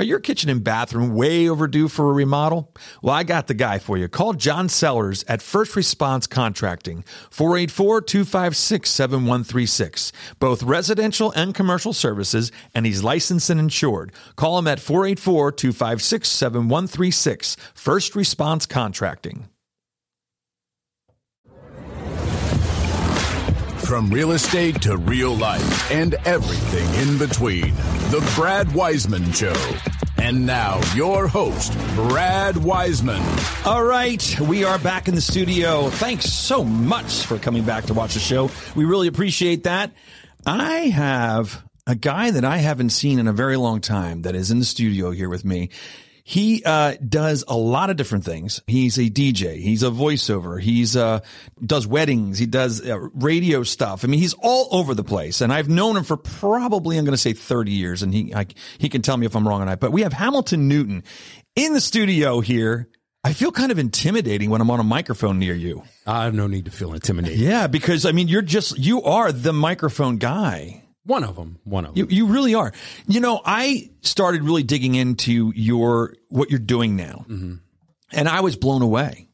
Are your kitchen and bathroom way overdue for a remodel? Well, I got the guy for you. Call John Sellers at First Response Contracting, 484 256 7136. Both residential and commercial services, and he's licensed and insured. Call him at 484 256 7136. First Response Contracting. From real estate to real life and everything in between, The Brad Wiseman Show. And now, your host, Brad Wiseman. All right, we are back in the studio. Thanks so much for coming back to watch the show. We really appreciate that. I have a guy that I haven't seen in a very long time that is in the studio here with me. He uh, does a lot of different things. He's a DJ. He's a voiceover. He's uh, does weddings. He does uh, radio stuff. I mean, he's all over the place. And I've known him for probably I'm going to say 30 years. And he I, he can tell me if I'm wrong or not. But we have Hamilton Newton in the studio here. I feel kind of intimidating when I'm on a microphone near you. I have no need to feel intimidated. Yeah, because I mean, you're just you are the microphone guy. One of them. One of them. You, you really are. You know, I started really digging into your what you're doing now, and I was blown away,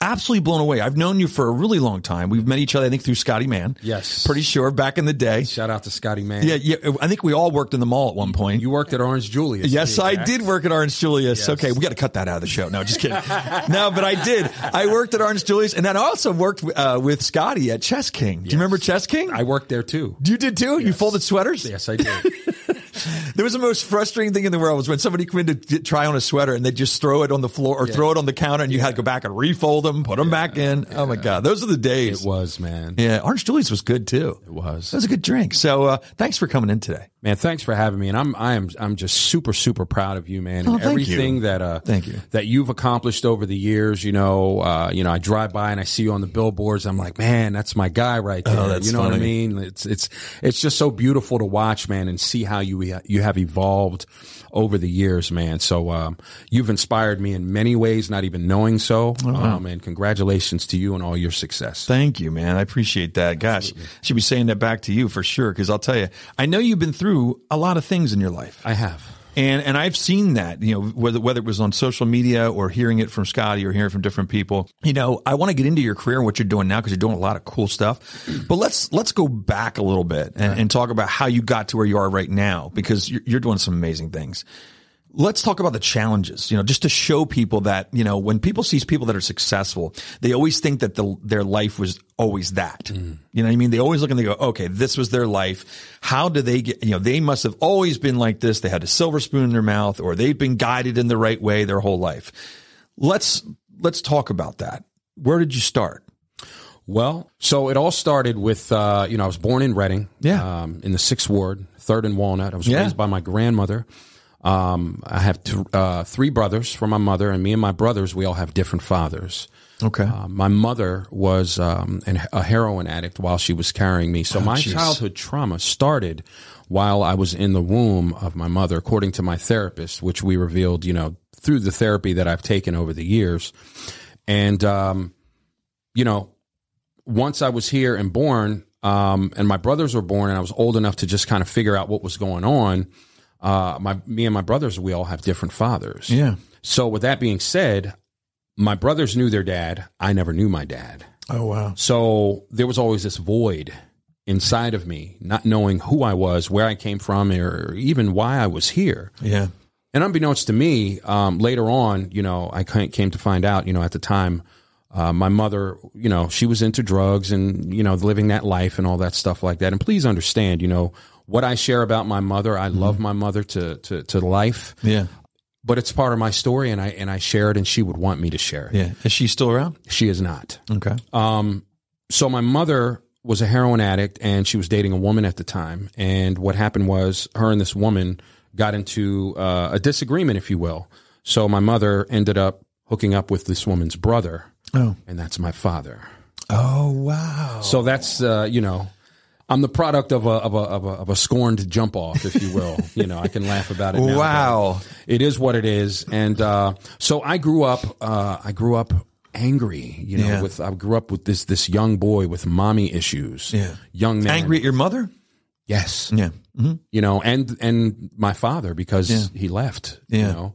absolutely blown away. I've known you for a really long time. We've met each other, I think, through Scotty Man. Yes. pretty sure back in the day. Shout out to Scotty Man. Yeah, yeah. I think we all worked in the mall at one point. You worked at Orange Julius. Yes, Yeah, I Jack. did work at Orange Julius. Yes. Okay, we got to cut that out of the show. No, just kidding. no, but I did. I worked at Orange Julius, and then I also worked uh, with Scotty at Chess King. Do you remember Chess King? I worked there too. you did too. You folded sweaters. Yes, I did. There was the most frustrating thing in the world was when somebody came in to d- try on a sweater and they just throw it on the floor or throw it on the counter and you had to go back and refold them, put them back in. Oh my God. Those are the it days. was, man. Yeah. Orange Julius was good too. It was. That was a good drink. So, uh, thanks for coming in today. Man, thanks for having me, and I'm I am I'm just super super proud of you, man, Oh, and thank everything you. that uh Thank you. that you've accomplished over the years. You know, uh, you know, I drive by and I see you on the billboards. I'm like, man, that's my guy right there. Oh, that's you know what I funny. mean? It's it's it's just so beautiful to watch, man, and see how you you have evolved over the years, man. So um, you've inspired me in many ways, not even knowing so. Um, and congratulations to you and all your success. Oh, Thank you, man. I appreciate that. Gosh, I should be saying that back to you for sure. Cause I'll tell you, I know you've been through a lot of things in your life. I have. And and I've seen that, you know, whether whether it was on social media or hearing it from Scotty or hearing from different people. You know, I want to get into your career and what you're doing now because you're doing a lot of cool stuff. But let's let's go back a little bit and, and talk about how you got to where you are right now because you're, you're doing some amazing things. Let's talk about the challenges, you know, just to show people that, you know, when people see people that are successful, they always think that the, their life was always that. You know what I mean? They always look and they go, okay, this was their life. How do they get, you know, they must have always been like this. They had a silver spoon in their mouth or they've been guided in the right way their whole life. Let's, let's talk about that. Where did you start? Well, so it all started with, uh, you know, I was born in Reading, Yeah. um, in the sixth ward, third and Walnut. I was Yeah. raised by my grandmother. Um, I have th- uh, three brothers from my mother, and me and my brothers, we all have different fathers. Okay. Uh, my mother was um, an, a heroin addict while she was carrying me. So my jeez. childhood trauma started while I was in the womb of my mother, according to my therapist, which we revealed, you know, through the therapy that I've taken over the years. And, um, you know, once I was here and born, um, and my brothers were born, and I was old enough to just kind of figure out what was going on. Uh, my me and my brothers, we all have different fathers. yeah. So with that being said, my brothers knew their dad. I never knew my dad. Oh, wow. So there was always this void inside of me, not knowing who I was, where I came from, or even why I was here. Yeah. And unbeknownst to me, um, later on, you know, I ca- came to find out, you know, at the time, uh, my mother, you know, she was into drugs and, you know, living that life and all that stuff like that. And please understand, you know, what I share about my mother, I love my mother to, to, to life, Yeah. but it's part of my story and I, and I share it and she would want me to share it. Yeah. Is she still around? She is not. Okay. so my mother was a heroin addict and she was dating a woman at the time and what happened was her and this woman got into uh, a disagreement if you will so my mother ended up hooking up with this woman's brother Oh. and that's my father Oh, wow. so that's uh, you know I'm the product of a, of a of a of a scorned jump off, if you will. you know, I can laugh about it. Now, Wow. but it is what it is, and uh, so I grew up. Uh, I grew up angry. You know, Yeah. with I grew up with this this young boy with mommy issues. Yeah. young man Angry at your mother? Yes. Yeah. hmm You know, and and my father because he left. You Yeah. know.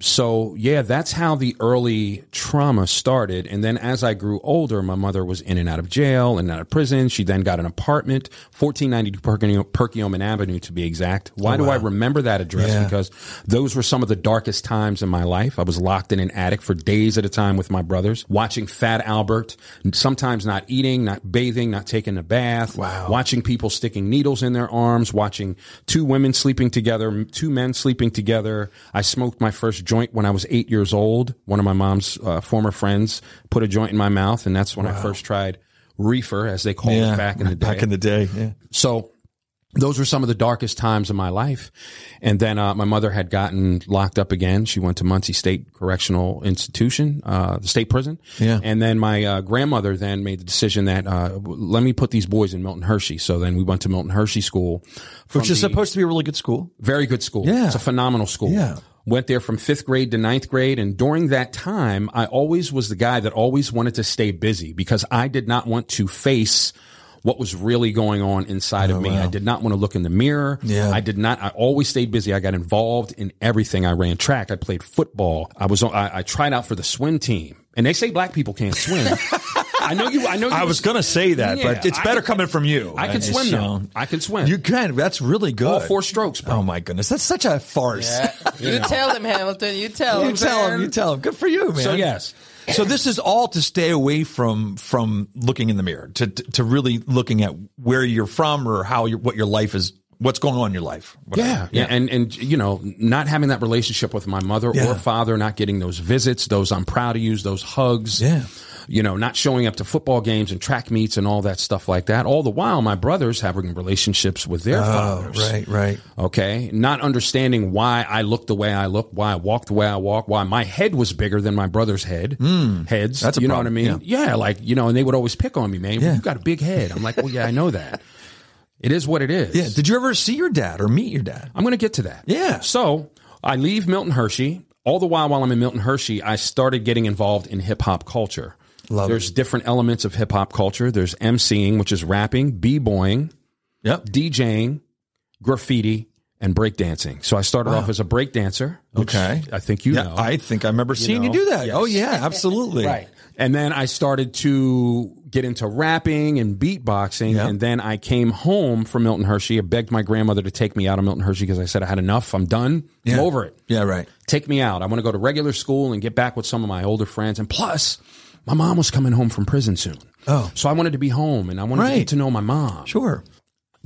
So yeah, that's how the early trauma started. And then as I grew older, my mother was in and out of jail and out of prison. She then got an apartment, 1492 Perkiomen Perkiomen Avenue to be exact. Why do I remember that address? Oh, Yeah. Because those were some of the darkest times in my life. I was locked in an attic for days at a time with my brothers, watching Fat Albert, sometimes not eating, not bathing, not taking a bath, Wow. watching people sticking needles in their arms, watching two women sleeping together, m- two men sleeping together. I smoked my first joint when I was eight years old. One of my mom's uh, former friends put a joint in my mouth, and that's when I first tried reefer, as they called Yeah. it back in the day. Back in the day. Yeah. So those were some of the darkest times of my life. And then uh, my mother had gotten locked up again. She went to Muncie State Correctional Institution, uh, the state prison. Yeah. And then my uh, grandmother then made the decision that uh, w- let me put these boys in Milton Hershey. So then we went to Milton Hershey School, Which is supposed to be a really good school. very good school. Yeah. It's a phenomenal school. Yeah. Went there from fifth grade to ninth grade. And during that time, I always was the guy that always wanted to stay busy because I did not want to face what was really going on inside of me. I did not want to look in the mirror. Oh, Yeah. I did not, I always stayed busy. I got involved in everything. I ran track. I played football. I was, on- I, I tried out for the swim team and they say black people can't swim. I know you, I know you I was going to say that, but Yeah, it's I better can- coming from you. I can It's, swim you though. know, I can swim. You can. That's really good. All four strokes, bro. Oh my goodness. That's such a farce. You tell him, Hamilton. You tell him. You tell him. You tell him. Good for you, man. So, yes. So this is all to stay away from from looking in the mirror to to, to really looking at where you're from or how your what your life is, what's going on in your life. whatever. Yeah, yeah, and and you know, not having that relationship with my mother Yeah. or father, not getting those visits, those I'm proud to use, those hugs, Yeah. you know, not showing up to football games and track meets and all that stuff like that. All the while, my brothers having relationships with their fathers, Oh, Right. Right. Okay, not understanding why I looked the way I looked, why I walked the way I walked, why my head was bigger than my brother's head. Heads, Hmm. That's a you know problem, what I mean? Yeah. like you know, and they would always pick on me, man. Yeah. You got a big head. I'm like, well, yeah, I know that. It is what it is. Yeah. Did you ever see your dad or meet your dad? I'm going to get to that. Yeah. So I leave Milton Hershey. All the while, while I'm in Milton Hershey, I started getting involved in hip hop culture. Love There's different elements of hip hop culture. There's MCing, which is rapping, b boying, Yep. DJing, graffiti, and breakdancing. So I started off as a breakdancer. Which Okay. I think you yeah, know. I think I remember seeing know? you do that. Oh yeah, absolutely. Right. And then I started to get into rapping and beatboxing. Yeah. And then I came home from Milton Hershey. I begged my grandmother to take me out of Milton Hershey because I said, I had enough. I'm done. Yeah. I'm over it. Yeah, right. Take me out. I want to go to regular school and get back with some of my older friends. And plus, my mom was coming home from prison soon. Oh. So I wanted to be home and I wanted to Right. get to know my mom Sure.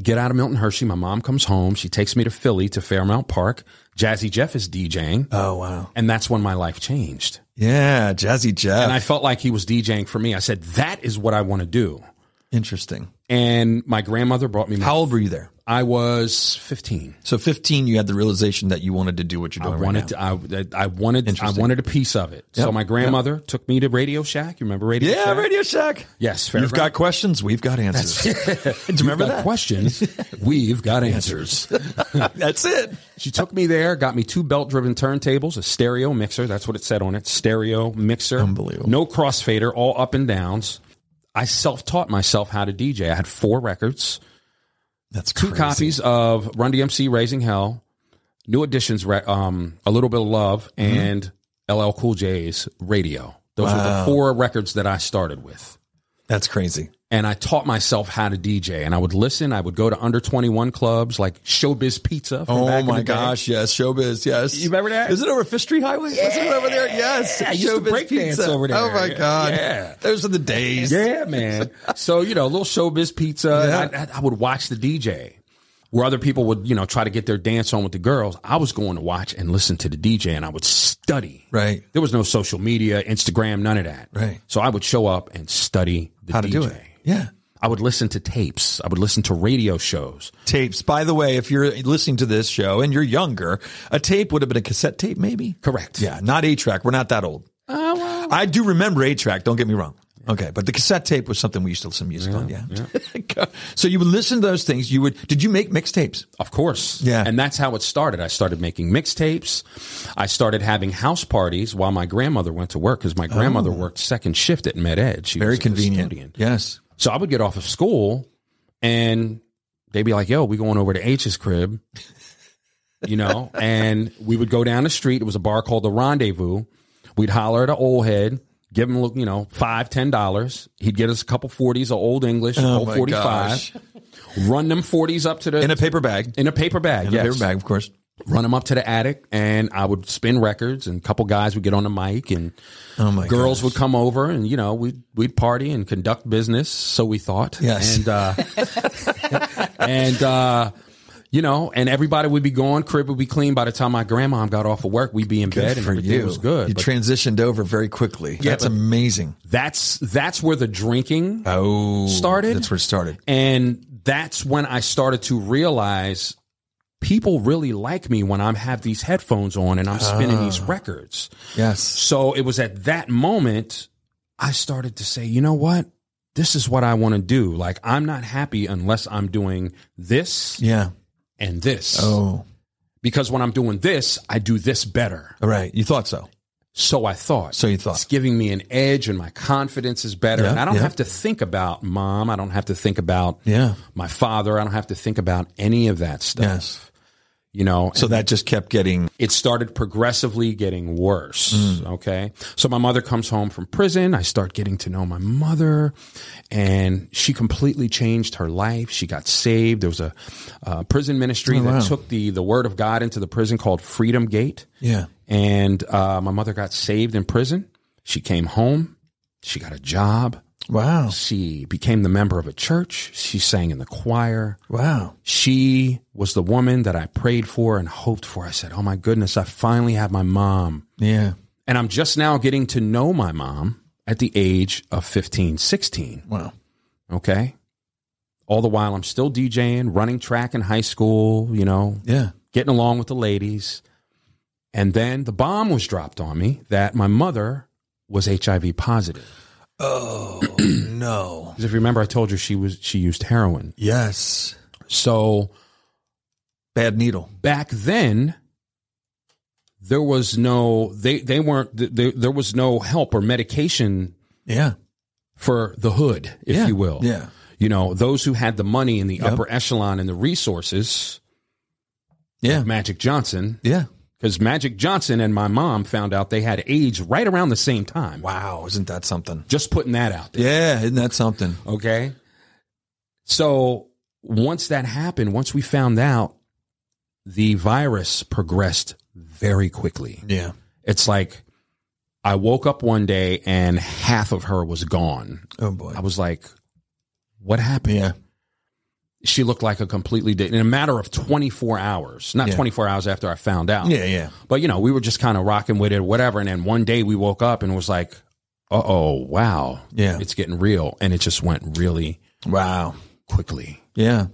get out of Milton Hershey. My mom comes home. She takes me to Philly to Fairmount Park. Jazzy Jeff is DJing. Oh wow. and that's when my life changed. Yeah, Jazzy Jeff. And I felt like he was DJing for me. I said, that is what I want to do. Interesting. And my grandmother brought me. My, How old were you there? I was 15. So 15, you had the realization that you wanted to do what you're doing. I Oh, right wanted now. to, I, I wanted, I Interesting. wanted a piece of it. So Yep. my grandmother took me to Radio Shack. You remember Radio Yeah, Shack? Radio Shack. Yes, You've got questions, we've got answers. Do you remember Got that? questions. We've got answers. That's it. She took me there, got me two belt driven turntables, a stereo mixer. That's what it said on it stereo mixer. Unbelievable. No crossfader, all up and downs. I self taught myself how to DJ. I had four records, That's two crazy. copies of Run DMC Raising Hell, New Editions, re- um, A Little Bit of Love, and LL Cool J's Radio. Those were the four records that I started with That's crazy. and I taught myself how to DJ. And I would listen. I would go to under twenty one clubs like Showbiz Pizza. From Oh back in my the day. gosh, yes, Showbiz, yes. You remember that? Is it over Fifth Street Highway? Yeah. Is it over there? Yes. I used to Showbiz break dance Pizza. over there. Oh my god. Yeah. Those are the days. Yeah, man. so you know, a little Showbiz Pizza. and I, I would watch the DJ. Where other people would, you know, try to get their dance on with the girls, I was going to watch and listen to the DJ, and I would study. Right. There was no social media, Instagram, none of that. Right. So I would show up and study the How DJ. to do it. Yeah. I would listen to tapes. I would listen to radio shows. Tapes. By the way, if you're listening to this show and you're younger, a tape would have been a cassette tape, maybe? Correct. Yeah, not eight track. We're not that old. Oh, wow. I do remember eight track. Don't get me wrong. Okay, but the cassette tape was something we used to listen to music on. Yeah. so you would listen to those things. You would. Did you make mixtapes? Of course. Yeah. And that's how it started. I started making mixtapes. I started having house parties while my grandmother went to work because my grandmother worked second shift at Med Ed. She Oh. Very was a convenient. custodian. Yes. So I would get off of school and they'd be like, "Yo, we going over to H's crib," you know, and we would go down the street. It was a bar called the Rendezvous. We'd holler at an old head, give him, you know, five, ten dollars. He'd get us a couple forties of old English, old Oh my forty five. gosh. Run them forties up to the in a paper bag. in a paper bag, In yes. a paper bag, of course. Run them up to the attic, and I would spin records, and a couple guys would get on the mic, and Oh my girls gosh. would come over, and you know we'd we'd party and conduct business, so we thought. Yes. and uh, and uh, you know, and everybody would be gone. Crib would be clean by the time my grandma got off of work. We'd be in bed, and for everything you. was good. You But transitioned over very quickly. That's amazing. that's that's where the drinking Oh, started? That's where it started. And that's when I started to realize people really like me when I have these headphones on and I'm spinning these Ah. records. Yes. So it was at that moment I started to say, you know what? This is what I want to do. Like, I'm not happy unless I'm doing this Yeah. and this. Oh, Because when I'm doing this, I do this better. all right. You thought so. So I thought. So you thought. It's giving me an edge and my confidence is better. Yeah, and I don't yeah. have to think about mom. I don't have to think about Yeah. my father. I don't have to think about any of that stuff. Yes. You know, So that just kept getting. it started progressively getting worse. Okay. So my mother comes home from prison. I start getting to know my mother and she completely changed her life. She got saved. There was a uh, prison ministry that took the, the word of God into the prison called Freedom Gate. Yeah. And uh, my mother got saved in prison. She came home. She got a job. Wow. She became the member of a church. She sang in the choir Wow. she was the woman that I prayed for and hoped for. I said, Oh my goodness, I finally have my mom. Yeah. And I'm just now getting to know my mom at the age of 15, 16. Wow. Okay. All the while I'm still DJing, running track in high school, you know, Yeah. getting along with the ladies. And then the bomb was dropped on me that my mother was HIV positive. Oh no. Because if you remember, I told you she was, she used heroin. Yes. So Bad needle. back then there was no they they weren't th- there, there was no help or medication Yeah. for the hood if Yeah. you will Yeah. you know those who had the money and the upper echelon and the resources Yeah. magic johnson Yeah. because magic johnson and my mom found out they had aids right around the same time Wow. Isn't that something? just putting that out there Yeah. Isn't that something? okay so once that happened once we found out the virus progressed very quickly Yeah. It's like I woke up one day and half of her was gone. Oh boy. I was like, what happened? Yeah. She looked like a completely di- in a matter of 24 hours, not Yeah. 24 hours after I found out. Yeah. Yeah. But you know, we were just kind of rocking with it or whatever. And then one day we woke up and was like, uh oh, wow. Yeah. It's getting real. And it just went really Wow. quickly. Yeah.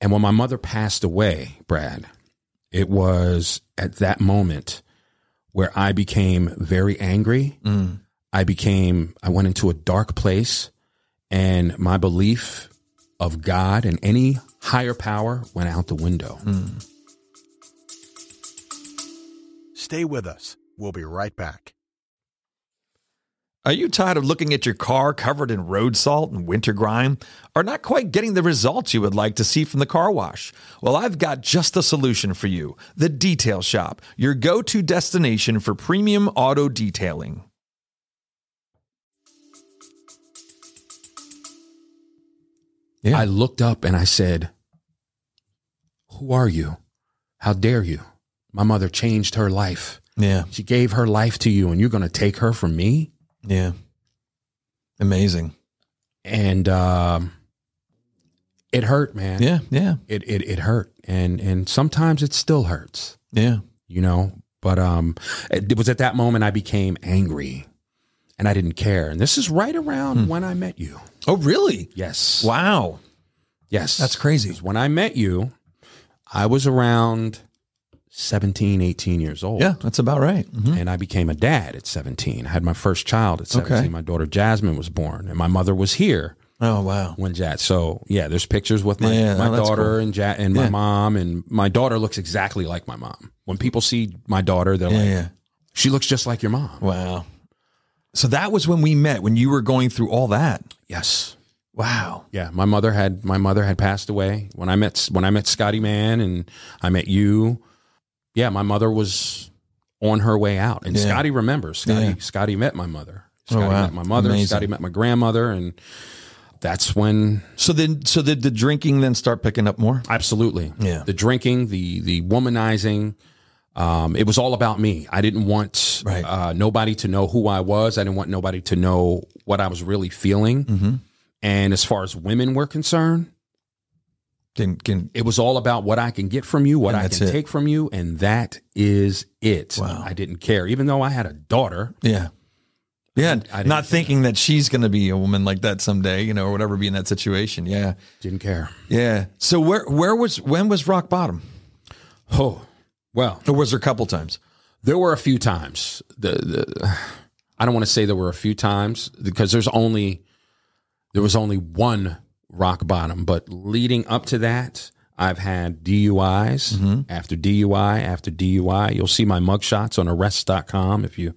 And when my mother passed away, Brad, it was at that moment where I became very angry. Mm. I became, I went into a dark place and my belief of God and any higher power went out the window. Mm. Stay with us. We'll be right back. Are you tired of looking at your car covered in road salt and winter grime? Or not quite getting the results you would like to see from the car wash? Well, I've got just the solution for you the Detail Shop, your go to destination for premium auto detailing. Yeah. I looked up and I said, Who are you? How dare you? My mother changed her life. Yeah. She gave her life to you and you're going to take her from me? Yeah. Amazing. And um, it hurt, man. Yeah. Yeah. It, it, it hurt. And, and sometimes it still hurts. Yeah. you know but um it was at that moment i became angry and i didn't care and this is right around Hmm. when i met you Oh, really? yes Wow. yes That's crazy. when i met you i was around 17 18 years old Yeah. That's about right. Mhm. and i became a dad at 17 i had my first child at 17 Okay. my daughter jasmine was born and my mother was here Oh, wow. when Jat. So yeah, there's pictures with my, Yeah, my oh, that's daughter cool. and Jat and my Yeah. mom, and my daughter looks exactly like my mom. When people see my daughter, they're Yeah. like, Yeah. "She looks just like your mom." Wow. So that was when we met, when you were going through all that. Yes. Wow. Yeah, my mother had my mother had passed away when I met when I met Scotty Mann and I met you. Yeah, my mother was on her way out, and Yeah. Scotty remembers. Scotty Yeah. Scotty met my mother. Oh, Scotty wow. met my mother. Amazing. Scotty met my grandmother, and that's when So then, so did the drinking then start picking up more? absolutely Yeah. the drinking, the the womanizing. Um, it was all about me. I didn't want Right. uh, nobody to know who I was. I didn't want nobody to know what I was really feeling. Mm-hmm. And as far as women were concerned, Can can it was all about what I can get from you, what And I that's can it. take from you, and that is it. Wow. I didn't care, even though I had a daughter. yeah. Yeah, I didn't not think thinking that she's going to be a woman like that someday, you know, or whatever, be in that situation. Yeah, Didn't care. yeah. So where where was when was rock bottom? Oh, well, Or was there a couple times? there were a few times. The, the I don't want to say there were a few times because there's only there was only one rock bottom, but leading up to that, I've had DUIs after DUI after DUI. You'll see my mugshots on arrest.com if you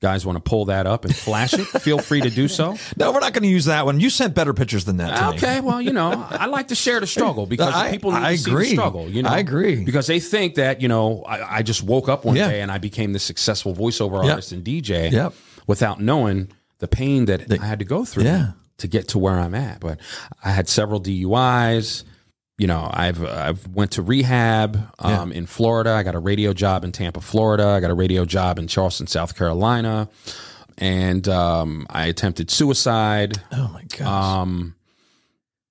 guys want to pull that up and flash it. feel free to do so. No, we're not going to use that one. You sent better pictures than that. To me. Okay, well, you know, I like to share the struggle because I- people need I to see agree. the struggle. You know, I agree. because they think that you know I, I just woke up one Yeah. day and I became this successful voiceover Yep. artist and DJ Yep. without knowing the pain that The- I had to go through Yeah. to get to where I'm at. But I had several DUIs. You know, I've I've went to rehab um, in Florida. I got a radio job in Tampa, Florida. I got a radio job in Charleston, South Carolina, and um, I attempted suicide. Oh my gosh. Um,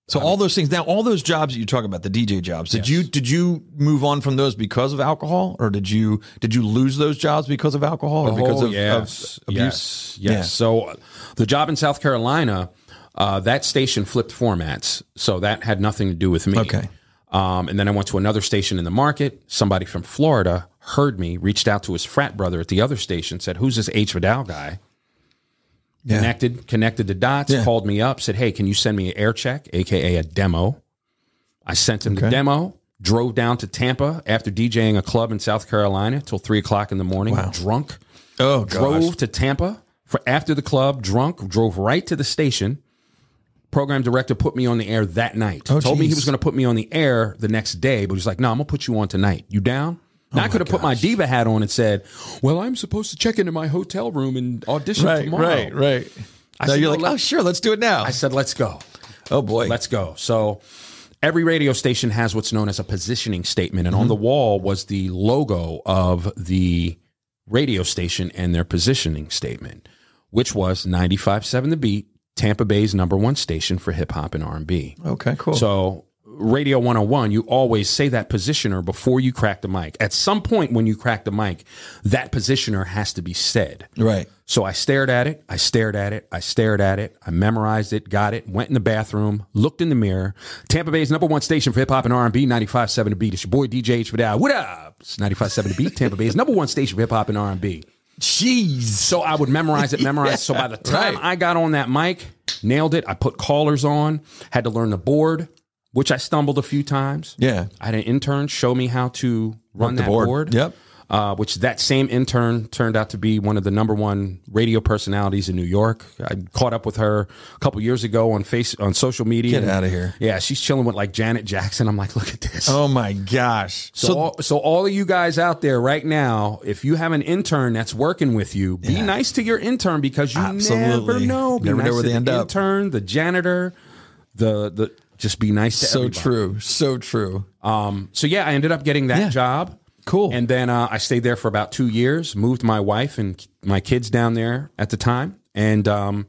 so all those things. Now all those jobs that you talk about, the DJ jobs. Did you did you move on from those because of alcohol, or did you did you lose those jobs because of alcohol, or because Oh, of, yes, of abuse? Yes, yes. Yeah. So uh, the job in South Carolina, uh, that station flipped formats, so that had nothing to do with me. Okay. Um, and then I went to another station in the market. Somebody from Florida heard me, reached out to his frat brother at the other station, said, "Who's this H Vidal guy?" Yeah. Connected, connected the dots. Yeah. Called me up, said, "Hey, can you send me an air check, aka a demo?" I sent him the demo. Drove down to Tampa after DJing a club in South Carolina till three o'clock in the morning, drunk Oh, gosh. drove to Tampa for after the club, drunk, drove right to the station. Program director put me on the air that night. Oh, Told me he geez. was going to put me on the air the next day, but he's like, "No, I'm going to put you on tonight. You down?" Oh, Now I could have put my diva hat on and said, "Well, I'm supposed to check into my hotel room and audition Right, tomorrow." right, right. now said, you're "No, like, let- oh, sure, let's do it now. I said, "Let's go." oh boy, Let's go. So every radio station has what's known as a positioning statement, and on the wall was the logo of the radio station and their positioning statement, which was 95.7 The Beat, Tampa Bay's number one station for hip hop and R&B. okay, cool. So Radio 101, you always say that positioner before you crack the mic. At some point when you crack the mic, that positioner has to be said. right, So I stared at it. I stared at it. I stared at it. I memorized it. Got it. Went in the bathroom. Looked in the mirror. Tampa Bay's number one station for hip hop and R and B. 95.7 to beat. It's your boy DJ H Vidal. What up? It's 95.7 to beat. Tampa Bay's number one station for hip hop and R and B. jeez, So I would memorize it, memorize. it. so by the time right. I got on that mic, nailed it. I put callers on. Had to learn the board, which I stumbled a few times. yeah, I had an intern show me how to run the that board. board. Yep. Uh, which that same intern turned out to be one of the number one radio personalities in New York. I caught up with her a couple years ago on face on social media. Get And- outta here. Yeah, she's chilling with like Janet Jackson. I'm like, look at this. Oh my gosh. So, all, so all of you guys out there right now, if you have an intern that's working with you, be nice to your intern because you never Absolutely. know. Be Never know nice where to they the end up. Intern, the janitor, the the just be nice to so everybody. true, so true. So yeah, I ended up getting that Yeah. job. Cool. And then uh, I stayed there for about two years. Moved my wife and k- my kids down there at the time, and um,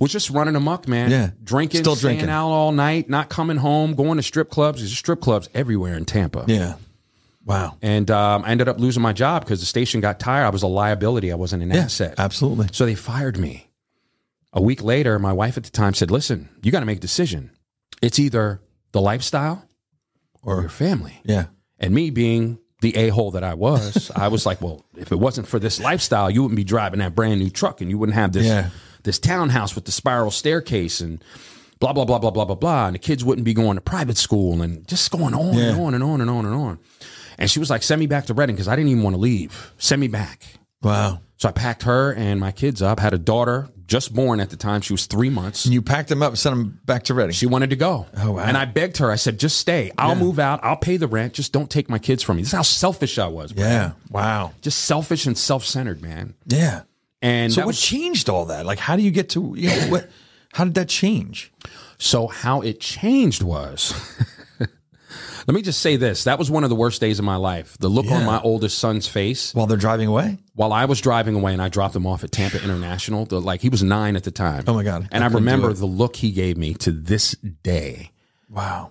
was just running amok, man. Yeah. drinking, Still staying drinking. out all night, not coming home, going to strip clubs. There's strip clubs everywhere in Tampa. yeah, wow. And um, I ended up losing my job because the station got tired. I was a liability. I wasn't an Yeah, asset. absolutely. So they fired me. A week later, my wife at the time said, "Listen, you got to make a decision. It's either the lifestyle or your family." Yeah, And me being the a hole that I was, I was like, well, if it wasn't for this lifestyle, you wouldn't be driving that brand new truck and you wouldn't have this Yeah. this townhouse with the spiral staircase and blah blah blah blah blah blah blah. And the kids wouldn't be going to private school and just going on Yeah. and on and on and on and on. And she was like, send me back to Reading because I didn't even want to leave. Send me back. wow. So I packed her and my kids up, had a daughter, just born at the time. She was three months. And you packed them up and sent them back to Reading. She wanted to go. Oh, wow. And I begged her. I said, just stay. I'll move out. I'll pay the rent. Just don't take my kids from me. This is how selfish I was. bro. yeah. Wow. Just selfish and self centered, man. Yeah. And So that what was- changed all that? Like, how do you get to, you know, what, how did that change? So how it changed was let me just say this. That was one of the worst days of my life. The look on Yeah. my oldest son's face While they're driving away? while I was driving away and I dropped him off at Tampa International, the, like he was nine at the time. Oh, my God. And I I, couldn't do remember it. the look he gave me to this day. Wow.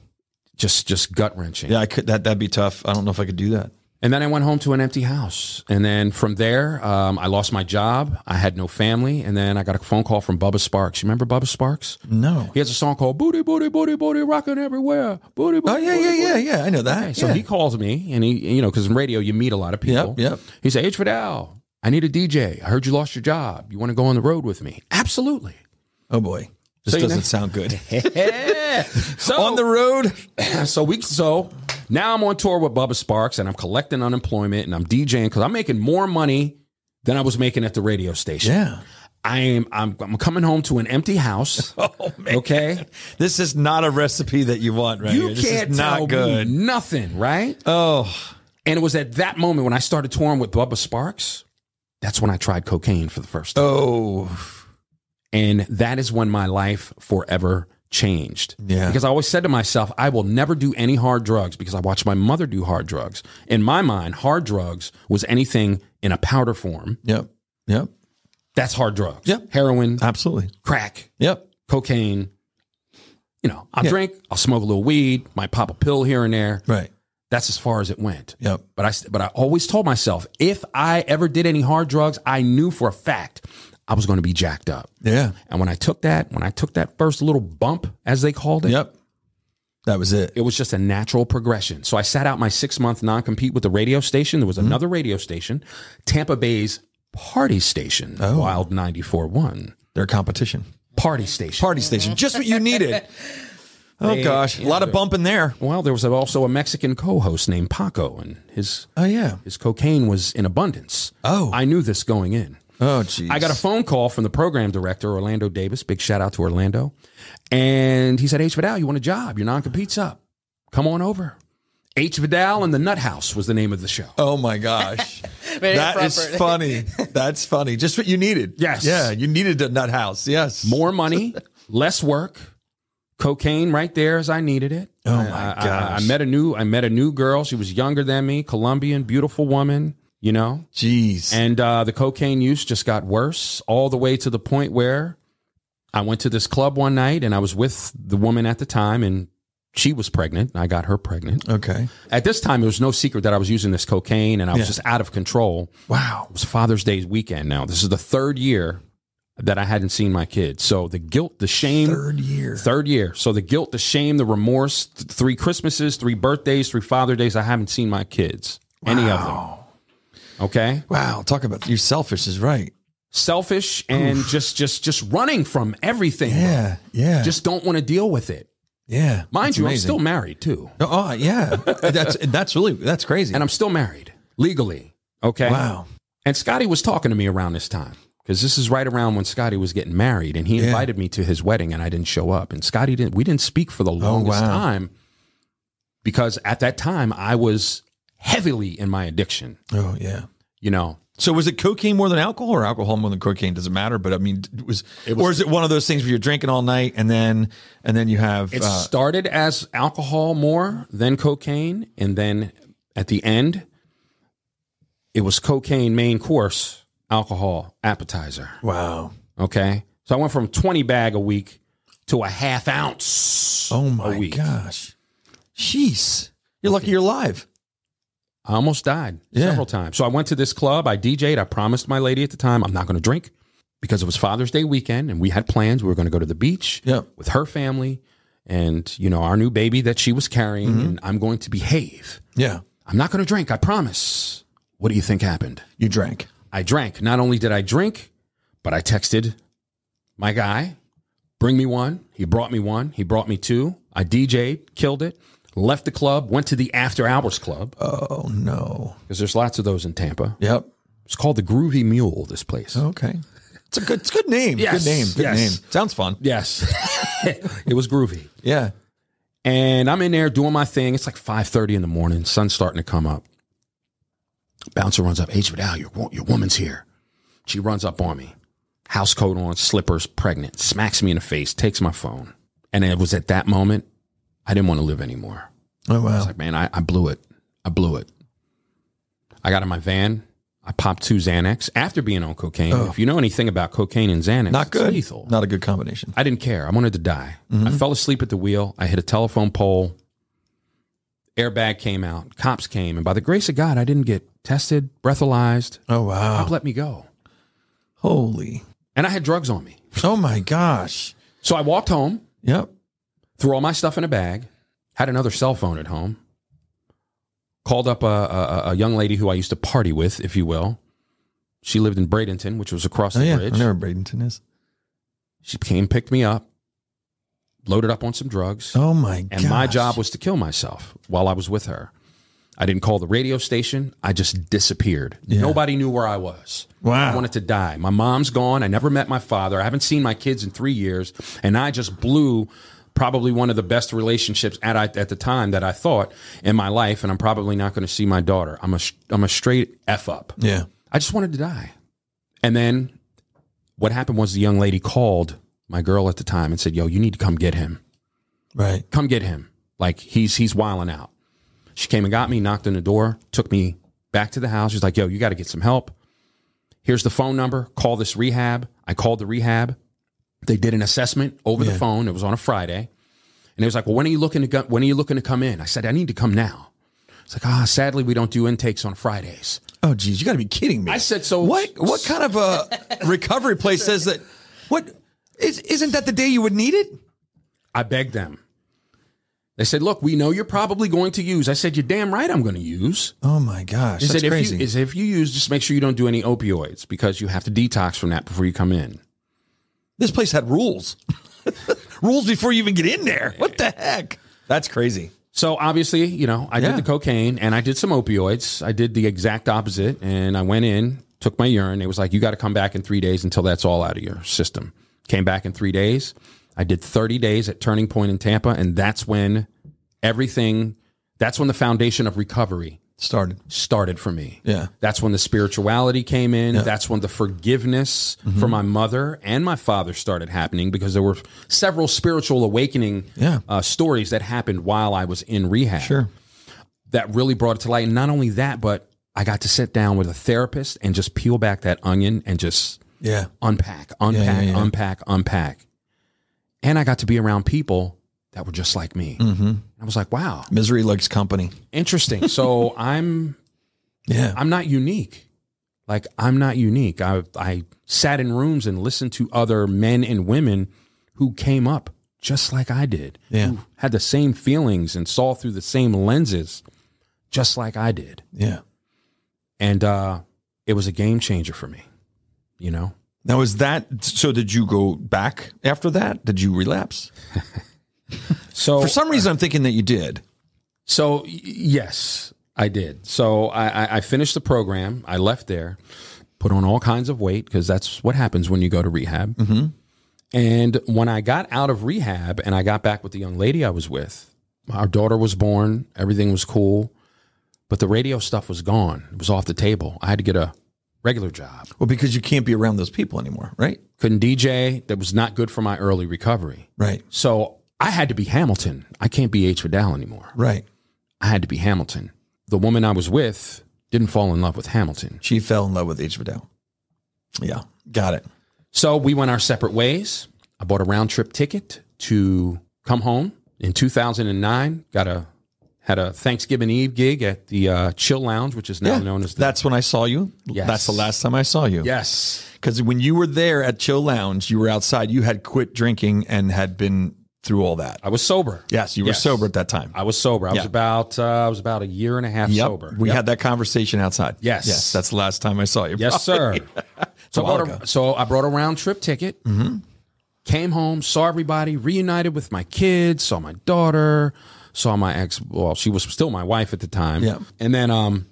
Just just gut wrenching. Yeah, I could, that, that'd be tough. I don't know if I could do that. And then I went home to an empty house. And then from there, um, I lost my job. I had no family. And then I got a phone call from Bubba Sparks. You remember Bubba Sparks? No. He has a song called Booty, Booty, Booty, Booty, Rockin' Everywhere. Booty, Booty. Oh, yeah, booty, yeah, booty. yeah, yeah. I know that. Okay, so Yeah. he calls me and he, you know, because in radio you meet a lot of people. Yep, yep. He said, H. Fidel, I need a DJ. I heard you lost your job. You want to go on the road with me? Absolutely. oh, boy. This So you doesn't know- sound good. so, On the road? so we so now I'm on tour with Bubba Sparks and I'm collecting unemployment and I'm DJing because I'm making more money than I was making at the radio station. Yeah. I am I'm, I'm coming home to an empty house. Oh, man. Okay. This is not a recipe that you want right You here. This can't is not tell good. me nothing, right? Oh, And it was at that moment when I started touring with Bubba Sparks. That's when I tried cocaine for the first time. oh, And that is when my life forever changed. Yeah. Because I always said to myself, I will never do any hard drugs because I watched my mother do hard drugs. In my mind, hard drugs was anything in a powder form. yep, yep, That's hard drugs. Yep. Heroin, absolutely, crack, yep, cocaine. You know, I'll Yeah. drink, I'll smoke a little weed, might pop a pill here and there. right, That's as far as it went. yep, But I but I always told myself if I ever did any hard drugs, I knew for a fact I was going to be jacked up. yeah, And when I took that, when I took that first little bump, as they called it, yep. That was it. it was just a natural progression. So I sat out my six month non compete with the radio station. There was Mm-hmm. another radio station, Tampa Bay's Party Station, Oh. Wild 94.1. Their competition, Party Station. party station, just what you needed. Oh gosh, a lot of bump in there. well, there was also a Mexican co host named Paco, and his, Oh yeah. his cocaine was in abundance. Oh. I knew this going in. Oh geez. I got a phone. phone call from the program director, Orlando Davis. Big shout out to Orlando. And he said, H. Vidal, you want a job? Your non compete's up. Come on over. H. Vidal and the Nut House was the name of the show. Oh my gosh. Very that is proper. funny. That's funny. Just what you needed. Yes. Yeah, you needed a nut house. Yes. More money, less work, cocaine right there as I needed it. Oh, my I- I- I- I, gosh. met a new I met a new girl. She was younger than me, Colombian, beautiful woman, you know. Jeez. And uh, the cocaine use just got worse, all the way to the point where I went to this club one night and I was with the woman at the time, and she was pregnant. and I got her pregnant. okay. At this time, it was no secret that I was using this cocaine and I was Yeah. just out of control. Wow. It was Father's Day weekend now. This is the third year that I hadn't seen my kids. So the guilt, the shame. Third year. Third year. So the guilt, the shame, the remorse, th- three Christmases, three birthdays, three Father Days. I haven't seen my kids, any of them. Okay. Wow. Talk about you selfish is right. selfish and just just just running from everything. bro. Yeah. Yeah. Just don't want to deal with it. yeah. Mind That's amazing. you, I'm still married too. No, Oh yeah, that's that's really that's crazy. And I'm still married legally. Okay. wow, And Scotty was talking to me around this time because this is right around when Scotty was getting married, and he Yeah. invited me to his wedding, and I didn't show up. And Scotty didn't. We didn't speak for the longest Oh, wow. time because at that time I was heavily in my addiction. oh yeah. You know, So was it cocaine more than alcohol, or alcohol more than cocaine? Doesn't matter. But I mean, it was, or is it one of those things where you're drinking all night and then and then you have It uh, started as alcohol more than cocaine, and then at the end, it was cocaine main course, alcohol appetizer. wow, Okay, so I went from twenty bag a week to a half ounce. oh a my week. gosh, jeez, you're lucky you're alive. I almost died Yeah. several times. So I went to this club. I DJ'd. I promised my lady at the time I'm not going to drink because it was Father's Day weekend, and we had plans. We were going to go to the beach Yep. with her family, and you know our new baby that she was carrying. Mm-hmm. And I'm going to behave. Yeah, I'm not going to drink, I promise. What do you think happened? you drank. I drank. Not only did I drink, but I texted my guy, bring me one. He brought me one. He brought me two. I DJ'd, killed it, left the club, went to the after hours club Oh no. because there's lots of those in Tampa. Yep. Oh. It's called the Groovy Mule, this place. Okay. It's a good, it's a good name. Yes. Good name. Good Yes. name. Sounds fun. Yes, it was groovy. Yeah. And I'm in there doing my thing. It's like 5:30 in the morning. Sun's starting to come up. Bouncer runs up. H Vidal, your wo- your woman's here. She runs up on me. House coat on, slippers, pregnant. Smacks me in the face. Takes my phone. And it was at that moment I didn't want to live anymore. Oh I was wow. like, man, I, I blew it. I blew it. I got in my van. I popped two Xanax after being on cocaine. If you know anything about cocaine and Xanax, Not it's good. lethal. Not a good combination. I didn't care. I wanted to die. I Mm-hmm. fell asleep at the wheel. I hit a telephone pole. Airbag came out. Cops came. And by the grace of God, I didn't get tested, breathalyzed. Oh wow. Cop let me go. Holy. And I had drugs on me. Oh my gosh. So I walked home, Yep. threw all my stuff in a bag, had another cell phone at home, called up a, a, a young lady who I used to party with, if you will. She lived in Bradenton, which was across Oh the yeah. bridge. I know where Bradenton is. She came, picked me up, loaded up on some drugs. Oh my. And my gosh. job was to kill myself while I was with her. I didn't call the radio station. I just disappeared. Yeah. Nobody knew where I was. Wow. I wanted to die. My mom's gone. I never met my father. I haven't seen my kids in three years. And I just blew probably one of the best relationships at, at the time that I thought in my life. And I'm probably not going to see my daughter. I'm a, I'm a straight F up. Yeah. I just wanted to die. And then what happened was the young lady called my girl at the time and said, Yo, you need to come get him Right. come get him. Like he's he's wiling out. She came and got me, knocked on the door, took me back to the house. She's like, yo, you got to get some help. Here's the phone number. Call this rehab. I called the rehab. They did an assessment over the phone. It was on a Friday. And it was like, well, when are you looking to go, when are you looking to come in? I said, I need to come now. It's like, ah, sadly, we don't do intakes on Fridays. Oh geez, you got to be kidding me. I said, so- What? What kind of a recovery place says that? What is? Isn't that the day you would need it? I begged them. They said, look, we know you're probably going to use. I said, you're damn right I'm going to use. Oh my gosh. Is That's that crazy. If you, is if you use, just make sure you don't do any opioids because you have to detox from that before you come in. this place had rules. rules before you even get in there. What the heck? That's crazy. So obviously, you know, I Yeah. did the cocaine and I did some opioids. I did the exact opposite, and I went in, took my urine. It was like you got to come back in three days until that's all out of your system. Came back in three days. I did thirty days at Turning Point in Tampa, and that's when everything. That's when the foundation of recovery Started. started for me. Yeah. That's when the spirituality came in. That's when the forgiveness Mm-hmm. for my mother and my father started happening because there were several spiritual awakening Yeah. uh, stories that happened while I was in rehab Sure. that really brought it to light. And not only that, but I got to sit down with a therapist and just peel back that onion and just Yeah. unpack, unpack, yeah. unpack, unpack. And I got to be around people that were just like me. Mm-hmm. I was like, wow, Misery likes company. interesting. so I'm Yeah. I'm not unique. Like I'm not unique. I I sat in rooms and listened to other men and women who came up just like I did. Yeah. Who had the same feelings and saw through the same lenses just like I did. yeah. And uh it was a game changer for me. You know? Now is that so did you go back after that? Did you relapse? So For some reason I'm thinking that you did. So y- yes, I did. So I, I, I finished the program. I left there, put on all kinds of weight because that's what happens when you go to rehab. And when I got out of rehab and I got back with the young lady I was with, our daughter was born. Everything was cool, but the radio stuff was gone. It was off the table. I had to get a regular job. Well, because you can't be around those people anymore, right? Couldn't DJ. That was not good for my early recovery. Right. So I had to be Hamilton. I can't be H Vidal anymore. Right. I had to be Hamilton. The woman I was with didn't fall in love with Hamilton. She fell in love with H. Vidal. Yeah. Got it. So we went our separate ways. I bought a round trip ticket to come home in 2009. Got a had a Thanksgiving Eve gig at the uh, Chill Lounge, which is now known as the That's when I saw you. Yes. That's the last time I saw you. yes. Because when you were there at Chill Lounge, you were outside, you had quit drinking and had been through all that. I was sober. Yes, you were Yes. sober at that time. I was sober. I Yeah. was about uh, I was about a year and a half Yep. sober. We Yep. had that conversation outside. Yes. Yes. That's the last time I saw you. Yes, sir. so, while I brought a, so I brought a round trip ticket. Came home, saw everybody, reunited with my kids, saw my daughter, saw my ex. Well, she was still my wife at the time. Yeah. And then um,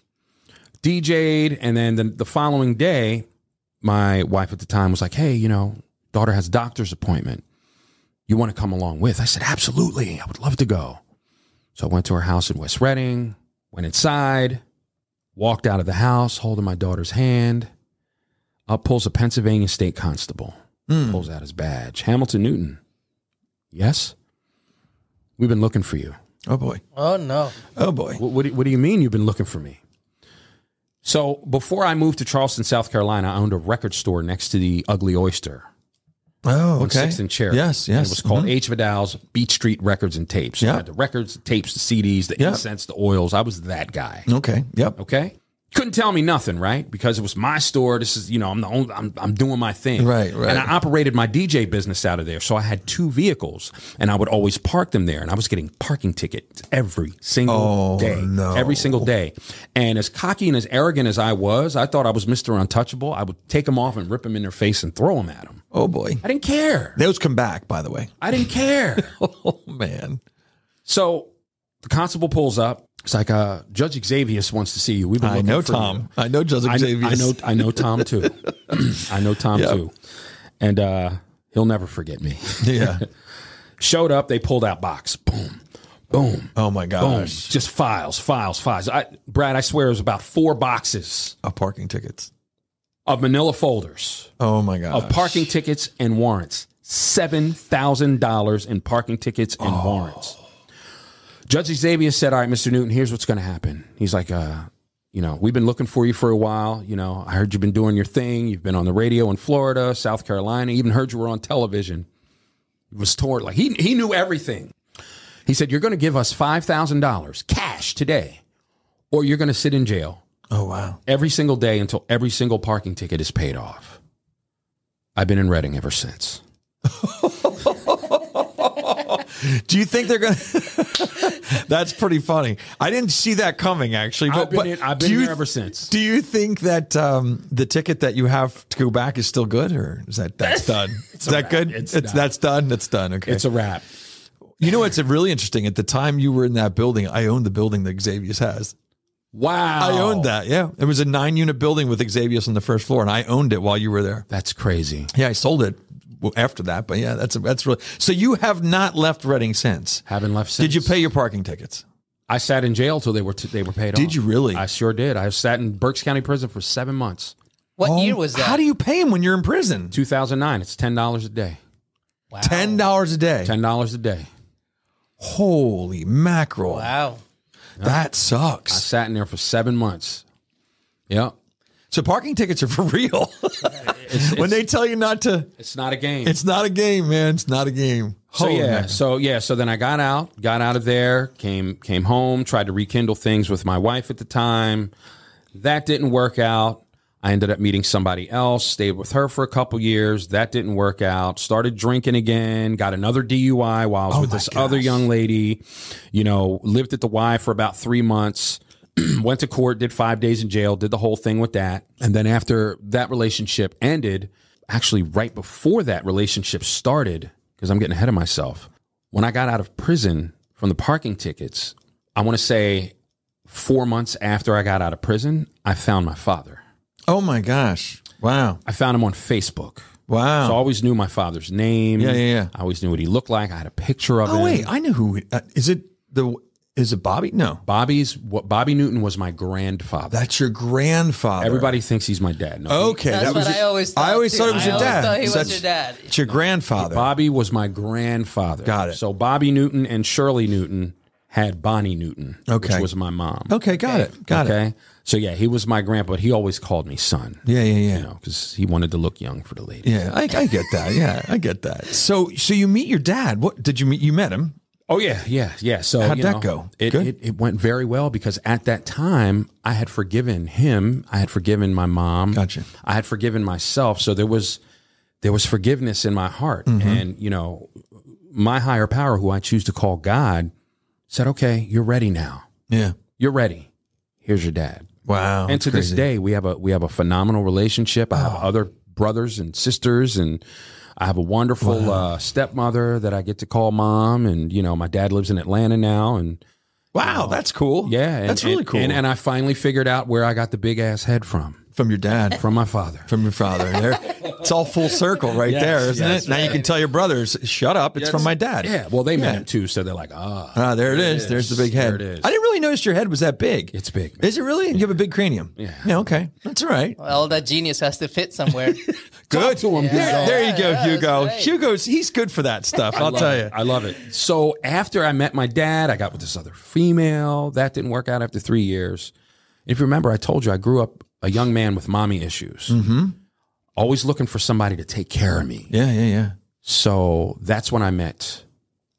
DJ'd, and then the, the following day, my wife at the time was like, "Hey, you know, daughter has a doctor's appointment. You want to come along with?" I said, "Absolutely. I would love to go." So I went to her house in West Reading, went inside, walked out of the house holding my daughter's hand. Up pulls a Pennsylvania state constable, Hmm. pulls out his badge. Hamilton Newton. Yes? We've been looking for you. Oh boy. Oh no. Oh boy. What, what, do, what do you mean you've been looking for me? So before I moved to Charleston, South Carolina, I owned a record store next to the Ugly Oyster Oh, on okay. Sixth and Cherry. Yes, And yes. Mm-hmm. it was called H. Vidal's Beach Street Records and Tapes. So I Yeah. had the records, the tapes, the CDs, the Yeah. incense, the oils. I was that guy. Mm-hmm. Okay. Yep. Okay. Couldn't tell me nothing, right? Because it was my store. This is, you know, I'm the only, I'm, I'm doing my thing. Right, right. And I operated my DJ business out of there. So I had two vehicles and I would always park them there. And I was getting parking tickets every single Oh, day. no. Every single day. And as cocky and as arrogant as I was, I thought I was Mr. Untouchable. I would take them off and rip them in their face and throw them at them. Oh boy. I didn't care. Those come back, by the way. I didn't care. Oh man. so the constable pulls up. It's like, uh, Judge Xavius wants to see you. We've been I looking know for you. Tom. I know Joseph I, Xavier. I know I know Tom too. I know Tom Yeah. too. And uh he'll never forget me. Yeah. Showed up, they pulled out box. Boom. Boom. Oh my Boom. gosh. Just files, files, files. I Brad, I swear it was about four boxes Of parking tickets. of manila folders Oh my gosh. of parking tickets and warrants. $7,000 in parking tickets and warrants. Judge Xavier said, All right, Mr. Newton, here's what's going to happen. He's like, uh, You know, we've been looking for you for a while. You know, I heard you've been doing your thing. You've been on the radio in Florida, South Carolina, even heard you were on television. It was toward like he, he knew everything. He said, You're going to give us $5,000 cash today, or you're going to sit in jail Oh wow. every single day until every single parking ticket is paid off. I've been in Reading ever since. Do you think they're gonna? That's pretty funny. I didn't see that coming actually. But, I've been but in- I've do been you- there ever since. Do you think that um, the ticket that you have to go back is still good, or is that that's done? is that good? It's It's, done. that's done. That's done. Okay. It's a wrap. you know what's really interesting? At the time you were in that building, I owned the building that Xavius has. Wow. I owned that. Yeah, it was a nine-unit building with Xavius on the first floor, and I owned it while you were there. That's crazy. Yeah, I sold it w- after that, but yeah, that's that's really. So you have not left Reading since. Haven't left since. Did you pay your parking tickets? I sat in jail till they were t- they were paid off. Did you really? I sure did. I sat in Berks County Prison for seven months. What Oh, year was that? How do you pay him when you're in prison? 2009. It's ten dollars a day. Wow. Ten dollars a day. Ten dollars a day. Holy mackerel! Wow. That I sucks. sat in there for seven months. Yep. So parking tickets are for real. when they tell you not to, It's not a game. it's not a game, man. It's not a game. So Holy yeah, mackerel. so yeah, so then I got out, got out of there, came came home, tried to rekindle things with my wife at the time. That didn't work out. I ended up meeting somebody else, stayed with her for a couple years. That didn't work out. Started drinking again, got another DUI while I was with Oh my this other gosh. young lady. You know, lived at the Y for about three months. Went to court, did five days in jail, did the whole thing with that. And then after that relationship ended, actually, right before that relationship started, because I'm getting ahead of myself, when I got out of prison from the parking tickets, I want to say four months after I got out of prison, I found my father. Oh my gosh! Wow! I found him on Facebook. Wow! So I always knew my father's name. Yeah, yeah, yeah. I always knew what he looked like. I had a picture of him. oh wait, I know who uh, is it. The is it Bobby? No, Bobby's what Bobby Newton was my grandfather. that's your grandfather. Everybody thinks he's my dad. No, Okay, That's that what was I your- always thought. I always too. thought it was I your always dad. thought he was That's- your dad. It's your grandfather. Bobby was my grandfather. Got it. So Bobby Newton and Shirley Newton had Bonnie Newton, Okay. which was my mom. Okay, got it. Got it. Okay? So yeah, he was my grandpa. but He always called me son. Yeah, yeah, yeah. You know, because he wanted to look young for the lady. Yeah, I, I get that. Yeah, I get that. So, so you meet your dad. What did you meet? You met him. Oh yeah, yeah, yeah. So How'd you that know, go? It, Good? it it went very well because at that time I had forgiven him. I had forgiven my mom. Gotcha. I had forgiven myself. So there was there was forgiveness in my heart, Mm-hmm. and you know, my higher power, who I choose to call God, said, "Okay, you're ready now. Yeah. You're ready. Here's your dad." Wow. and that's to Oh, crazy. this day we have a we have a phenomenal relationship i have other brothers and sisters and i have a wonderful uh, stepmother that i get to call mom and you know my dad lives in atlanta now and wow, that's cool. yeah and, that's really and- cool. and, and i finally figured out where i got the big ass head from from your dad, from my father. from your father. There, it's all full circle right there, isn't it? Now you can tell your brothers, "Shut up! It's from my dad." Yeah, well, they meant it too, so they're like, ah, Ah, there it is. There's the big head. There it is. I didn't really notice your head was that big. It's big. Is it really? You have a big cranium. Yeah. okay. That's all right. All that genius has to fit somewhere. Good. to him, There, Hugo. there you go, Yeah, that's Hugo. right. Hugo's he's good for that stuff. I'll tell you. I love it. So after I met my dad, I got with this other female. That didn't work out after three years. If you remember, I told you I grew up a young man with mommy issues. Mm-hmm. Always looking for somebody to take care of me. Yeah, yeah, yeah. So that's when I met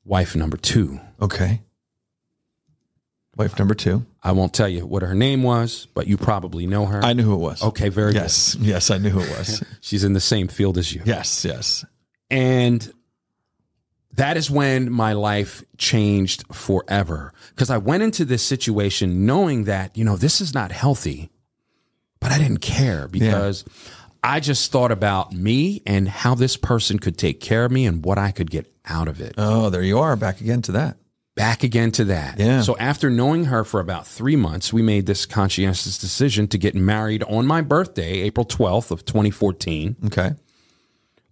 wife number two. Okay. Wife number two. I won't tell you what her name was, but you probably know her. I knew who it was. okay, very Yes. Yes, I knew who it was. good. She's in the same field as you. yes, yes. And that is when my life changed forever. Because I went into this situation knowing that, you know, this is not healthy, but I didn't care because I just thought about me and how this person could take care of me and what I could get out of it. Oh, there you are. Back again to that. Back again to that. Yeah. So after knowing her for about three months, we made this conscientious decision to get married on my birthday, April 12th of 2014 Okay.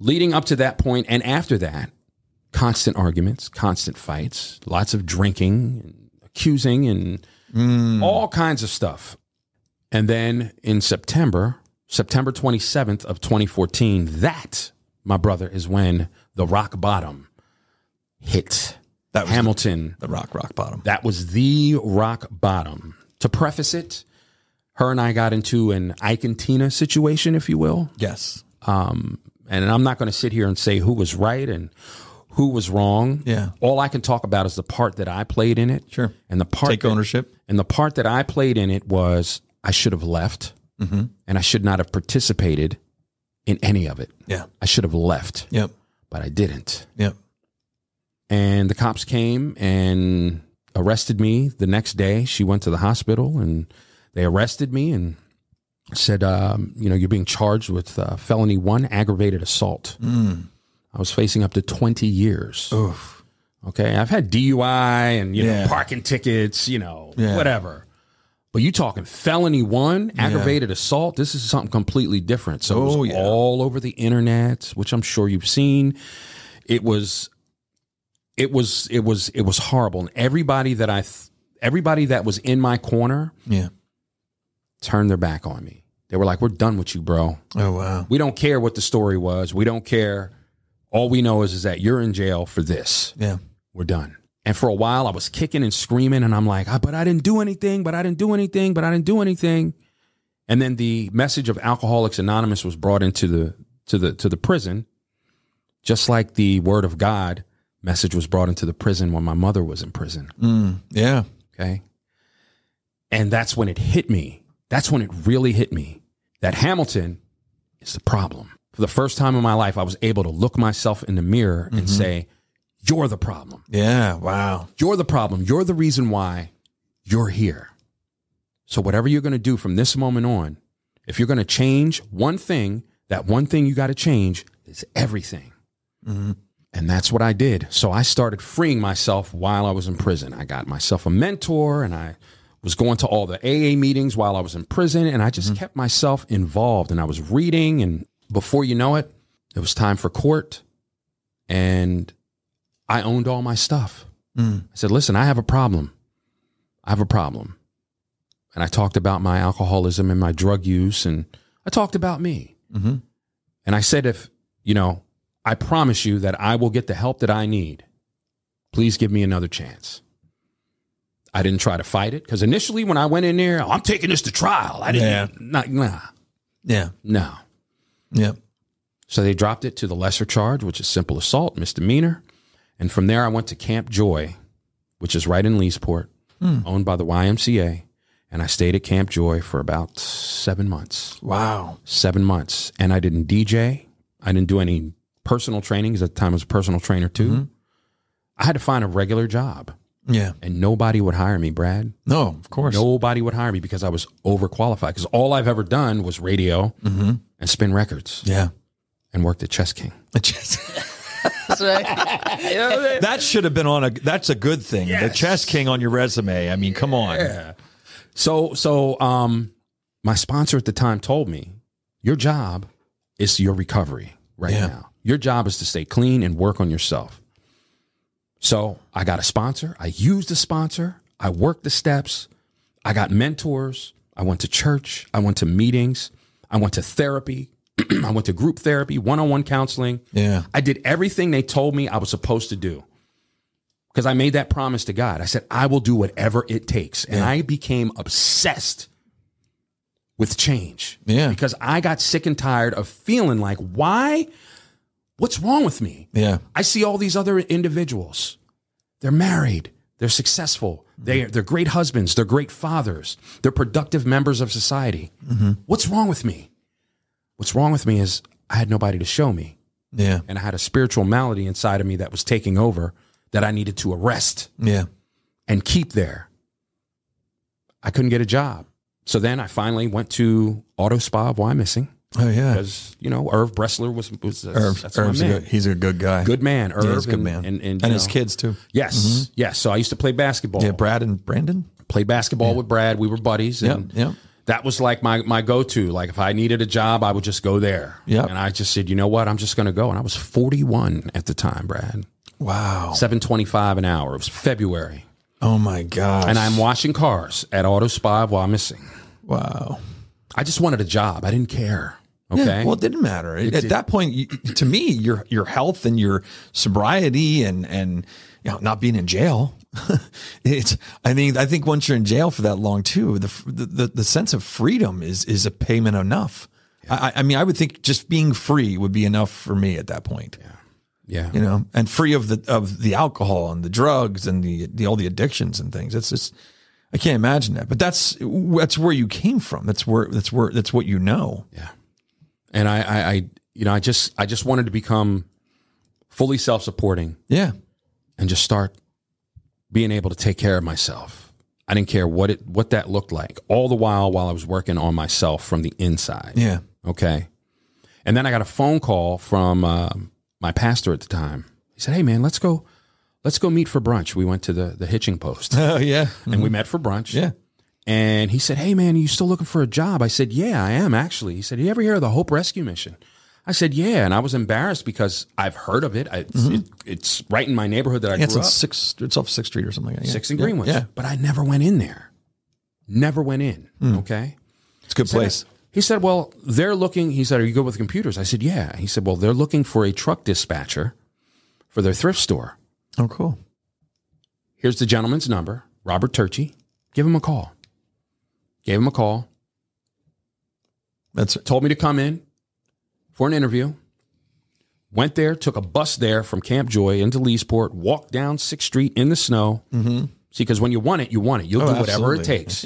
leading up to that point and after that, constant arguments, constant fights, lots of drinking, and accusing, and all kinds of stuff. And then in September, September 27th of 2014, that, my brother, is when the rock bottom hit That was the- Hamilton. The rock, rock bottom. That was the rock bottom. To preface it, her and I got into an Ike and Tina situation, if you will Yes. and I'm not going to sit here and say who was right and who was wrong. Yeah. All I can talk about is the part that I played in it. Sure. And the part Take that- ownership. and the part that I played in it was I should have left, Mm-hmm. and I should not have participated in any of it. Yeah. I should have left, Yep. but I didn't. Yep. And the cops came and arrested me the next day. She went to the hospital and they arrested me and said, um, you know, you're being charged with uh, felony one aggravated assault. I was facing up to 20 years. Oh. Oof. Okay. I've had DUI and, you Yeah. know, parking tickets, you know, Yeah. whatever. But you talking felony one, aggravated assault. This is something completely different. So it Oh, was yeah. all over the internet, which I'm sure you've seen. It was, it was, it was, it was horrible. And everybody that I, th- everybody that was in my corner Yeah. turned their back on me. They were like, we're done with you, bro. Oh wow. We don't care what the story was. We don't care. All we know is, is that you're in jail for this Yeah. we're done. And for a while, I was kicking and screaming, and I'm like, "Ah, but I didn't do anything, but I didn't do anything, but I didn't do anything. And then the message of Alcoholics Anonymous was brought into the to the to the prison, just like the Word of God message was brought into the prison when my mother was in prison. Yeah. Okay, and that's when it hit me. That's when it really hit me that Hamilton is the problem. For the first time in my life, I was able to look myself in the mirror and say, "You're the problem." Yeah. Wow. You're the problem. You're the reason why you're here. So, whatever you're going to do from this moment on, if you're going to change one thing, that one thing you got to change is everything. And that's what I did. So, I started freeing myself while I was in prison. I got myself a mentor and I was going to all the AA meetings while I was in prison. And I just kept myself involved and I was reading. And before you know it, it was time for court. And I owned all my stuff. I said, listen, I have a problem. I have a problem. And I talked about my alcoholism and my drug use, and I talked about me. Mhm. And I said, if, you know, I promise you that I will get the help that I need. Please give me another chance. I didn't try to fight it because initially when I went in there, "Oh, I'm taking this to trial. I didn't, Yeah. not, nah, Yeah. no. Yep. So they dropped it to the lesser charge, which is simple assault, misdemeanor. And from there, I went to Camp Joy, which is right in Leesport, Hmm. owned by the YMCA. And I stayed at Camp Joy for about seven months. Wow. Seven months. And I didn't DJ. I didn't do any personal training 'cause at the time I was a personal trainer too. Mm-hmm. I had to find a regular job. Yeah. And nobody would hire me, Brad. No, of course. Nobody would hire me because I was overqualified. Because all I've ever done was radio Mm-hmm. and spin records Yeah. and worked at Chess King. That's right. You know what I mean? that should have been on a. That's a good thing. The chess king on your resume. I mean, come on. So so um my sponsor at the time told me, your job is your recovery right Yeah. now. Your job is to stay clean and work on yourself. So I got a sponsor. I used the sponsor. I worked the steps. I got mentors. I went to church. I went to meetings. I went to therapy. I went to group therapy, one on one counseling. Yeah. I did everything they told me I was supposed to do because I made that promise to God. I said, I will do whatever it takes. And I became obsessed with change. Yeah. Because I got sick and tired of feeling like, why? What's wrong with me? Yeah. I see all these other individuals. They're married. They're successful. Mm-hmm. They, they're great husbands. They're great fathers. They're productive members of society. Mm-hmm. What's wrong with me? What's wrong with me is I had nobody to show me, Yeah. and I had a spiritual malady inside of me that was taking over that I needed to arrest Yeah. and keep there. I couldn't get a job. So then I finally went to Auto Spa of Why Missing Oh yeah. because, you know, Irv Bressler was, was Irv, that's my Irv's a man. good, he's a good guy. Good man, Irv. Yeah, he's a good and- man. And, and, you his know. kids too. Mm-hmm. Yes, yes. So I used to play basketball. Yeah. Brad and Brandon. Played basketball with Brad. We were buddies. Yep. And Yep. That was like my, my go to. Like if I needed a job, I would just go there. Yep. And I just said, you know what? I'm just going to go. And I was 41 at the time, Brad. Wow. 725 an hour. It was February. Oh my gosh. And I'm washing cars at Auto Spa while I'm missing. wow. I just wanted a job. I didn't care. Okay. Yeah, well, it didn't matter at that point. You, to me, your your health and your sobriety and and you know, not being in jail. it's. I mean, I think once you're in jail for that long, too, the f- the the, the sense of freedom is is a payment enough. I, I- I mean, I would think just being free would be enough for me at that point. yeah. You know, and free of the of the alcohol and the drugs and the, the all the addictions and things. It's just. I can't imagine that, but that's that's where you came from. That's where that's where that's what you know. And I, I, I, you know, I just, I just wanted to become fully self supporting. Yeah, and just start being able to take care of myself. I didn't care what it what that looked like. All the while while I was working on myself from the inside. yeah, Okay. And then I got a phone call from um my pastor at the time. He said, "Hey man, let's go let's go meet for brunch." We went to the the hitching post oh yeah, and we met for brunch. Yeah. And he said, Hey, man, are you still looking for a job? I said, Yeah, I am actually. He said, You ever hear of the Hope Rescue Mission? I said, Yeah. And I was embarrassed because I've heard of it. I, it's, it it's right in my neighborhood that I Mm-hmm. It's grew on up. six. It's off Sixth Street or something. Like that. Yeah. Six and Yeah. Greenwich. Yeah, But I never went in there. Never went in. Mm. Okay. it's a good place. He said, Well, they're looking. He said, Are you good with computers? I said, Yeah. He said, Well, they're looking for a truck dispatcher for their thrift store. Oh, cool. Here's the gentleman's number, Robert Turchi. Give him a call. Gave him a call. That's told me to come in for an interview. Went there, took a bus there from Camp Joy into Leesport, walked down 6th Street in the snow. Mm-hmm. See, because when you want it, you want it. You'll Oh, do whatever absolutely. it takes.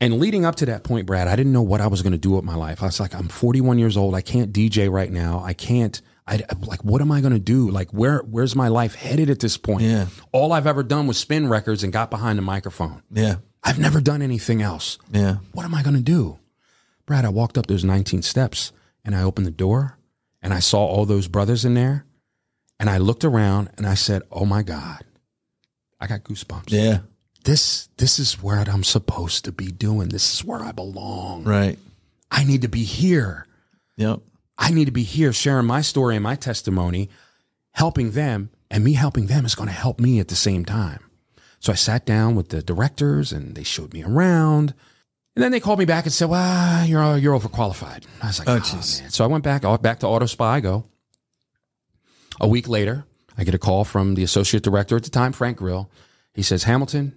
And leading up to that point, Brad, I didn't know what I was going to do with my life. I was like, I'm 41 years old. I can't DJ right now. I can't. I I'm like, what am I going to do? Like, where where's my life headed at this point? Yeah. All I've ever done was spin records and got behind the microphone. yeah, I've never done anything else yeah. what am I going to do? Brad, I walked up those 19 steps and I opened the door and I saw all those brothers in there. And I looked around and I said, Oh my God, I got goosebumps. Yeah, This, this is where I'm supposed to be doing. This is where I belong. right. I need to be here. Yep. I need to be here sharing my story and my testimony, helping them, and me helping them is going to help me at the same time. So I sat down with the directors and they showed me around. And then they called me back and said, "Well, you're you're overqualified." I was like, "Oh, Oh, jeez. man." So I went back, I went back to Auto Spa. I go. A week later, I get a call from the associate director at the time, Frank Grill. He says, "Hamilton,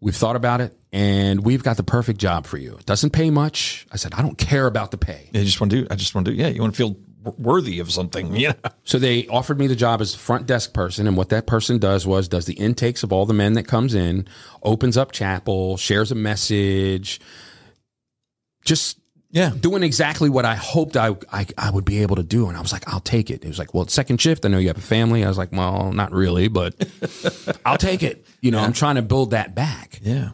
we've thought about it, and we've got the perfect job for you. It doesn't pay much." I said, "I don't care about the pay." I just want to do. I just want to do. Yeah, you want to feel w- worthy of something. Yeah. So they offered me the job as the front desk person, and what that person does was does the intakes of all the men that comes in, opens up chapel, shares a message, just Yeah. doing exactly what I hoped I, I I would be able to do. And I was like, I'll take it. It was like, well, it's second shift. I know you have a family. I was like, well, not really, but I'll take it. You know, I'm trying to build that back. Yeah.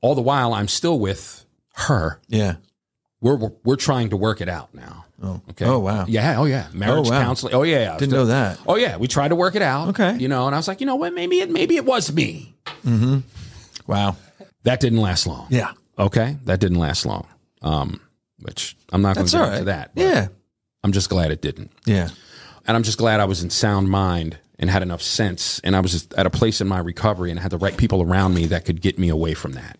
All the while, I'm still with her. Yeah. We're we're, we're trying to work it out now. Oh. Okay. Oh wow. Yeah. Oh yeah. Marriage Oh, wow. counseling. Oh yeah. I was Didn't know that. Oh yeah, we tried to work it out. Okay. you know, and I was like, you know what? Maybe it, maybe it was me. Wow. That didn't last long. Yeah. Okay, that didn't last long. Um, which I'm not going That's to get all into right. that. but yeah. I'm just glad it didn't, Yeah. and I'm just glad I was in sound mind and had enough sense, and I was just at a place in my recovery and had the right people around me that could get me away from that.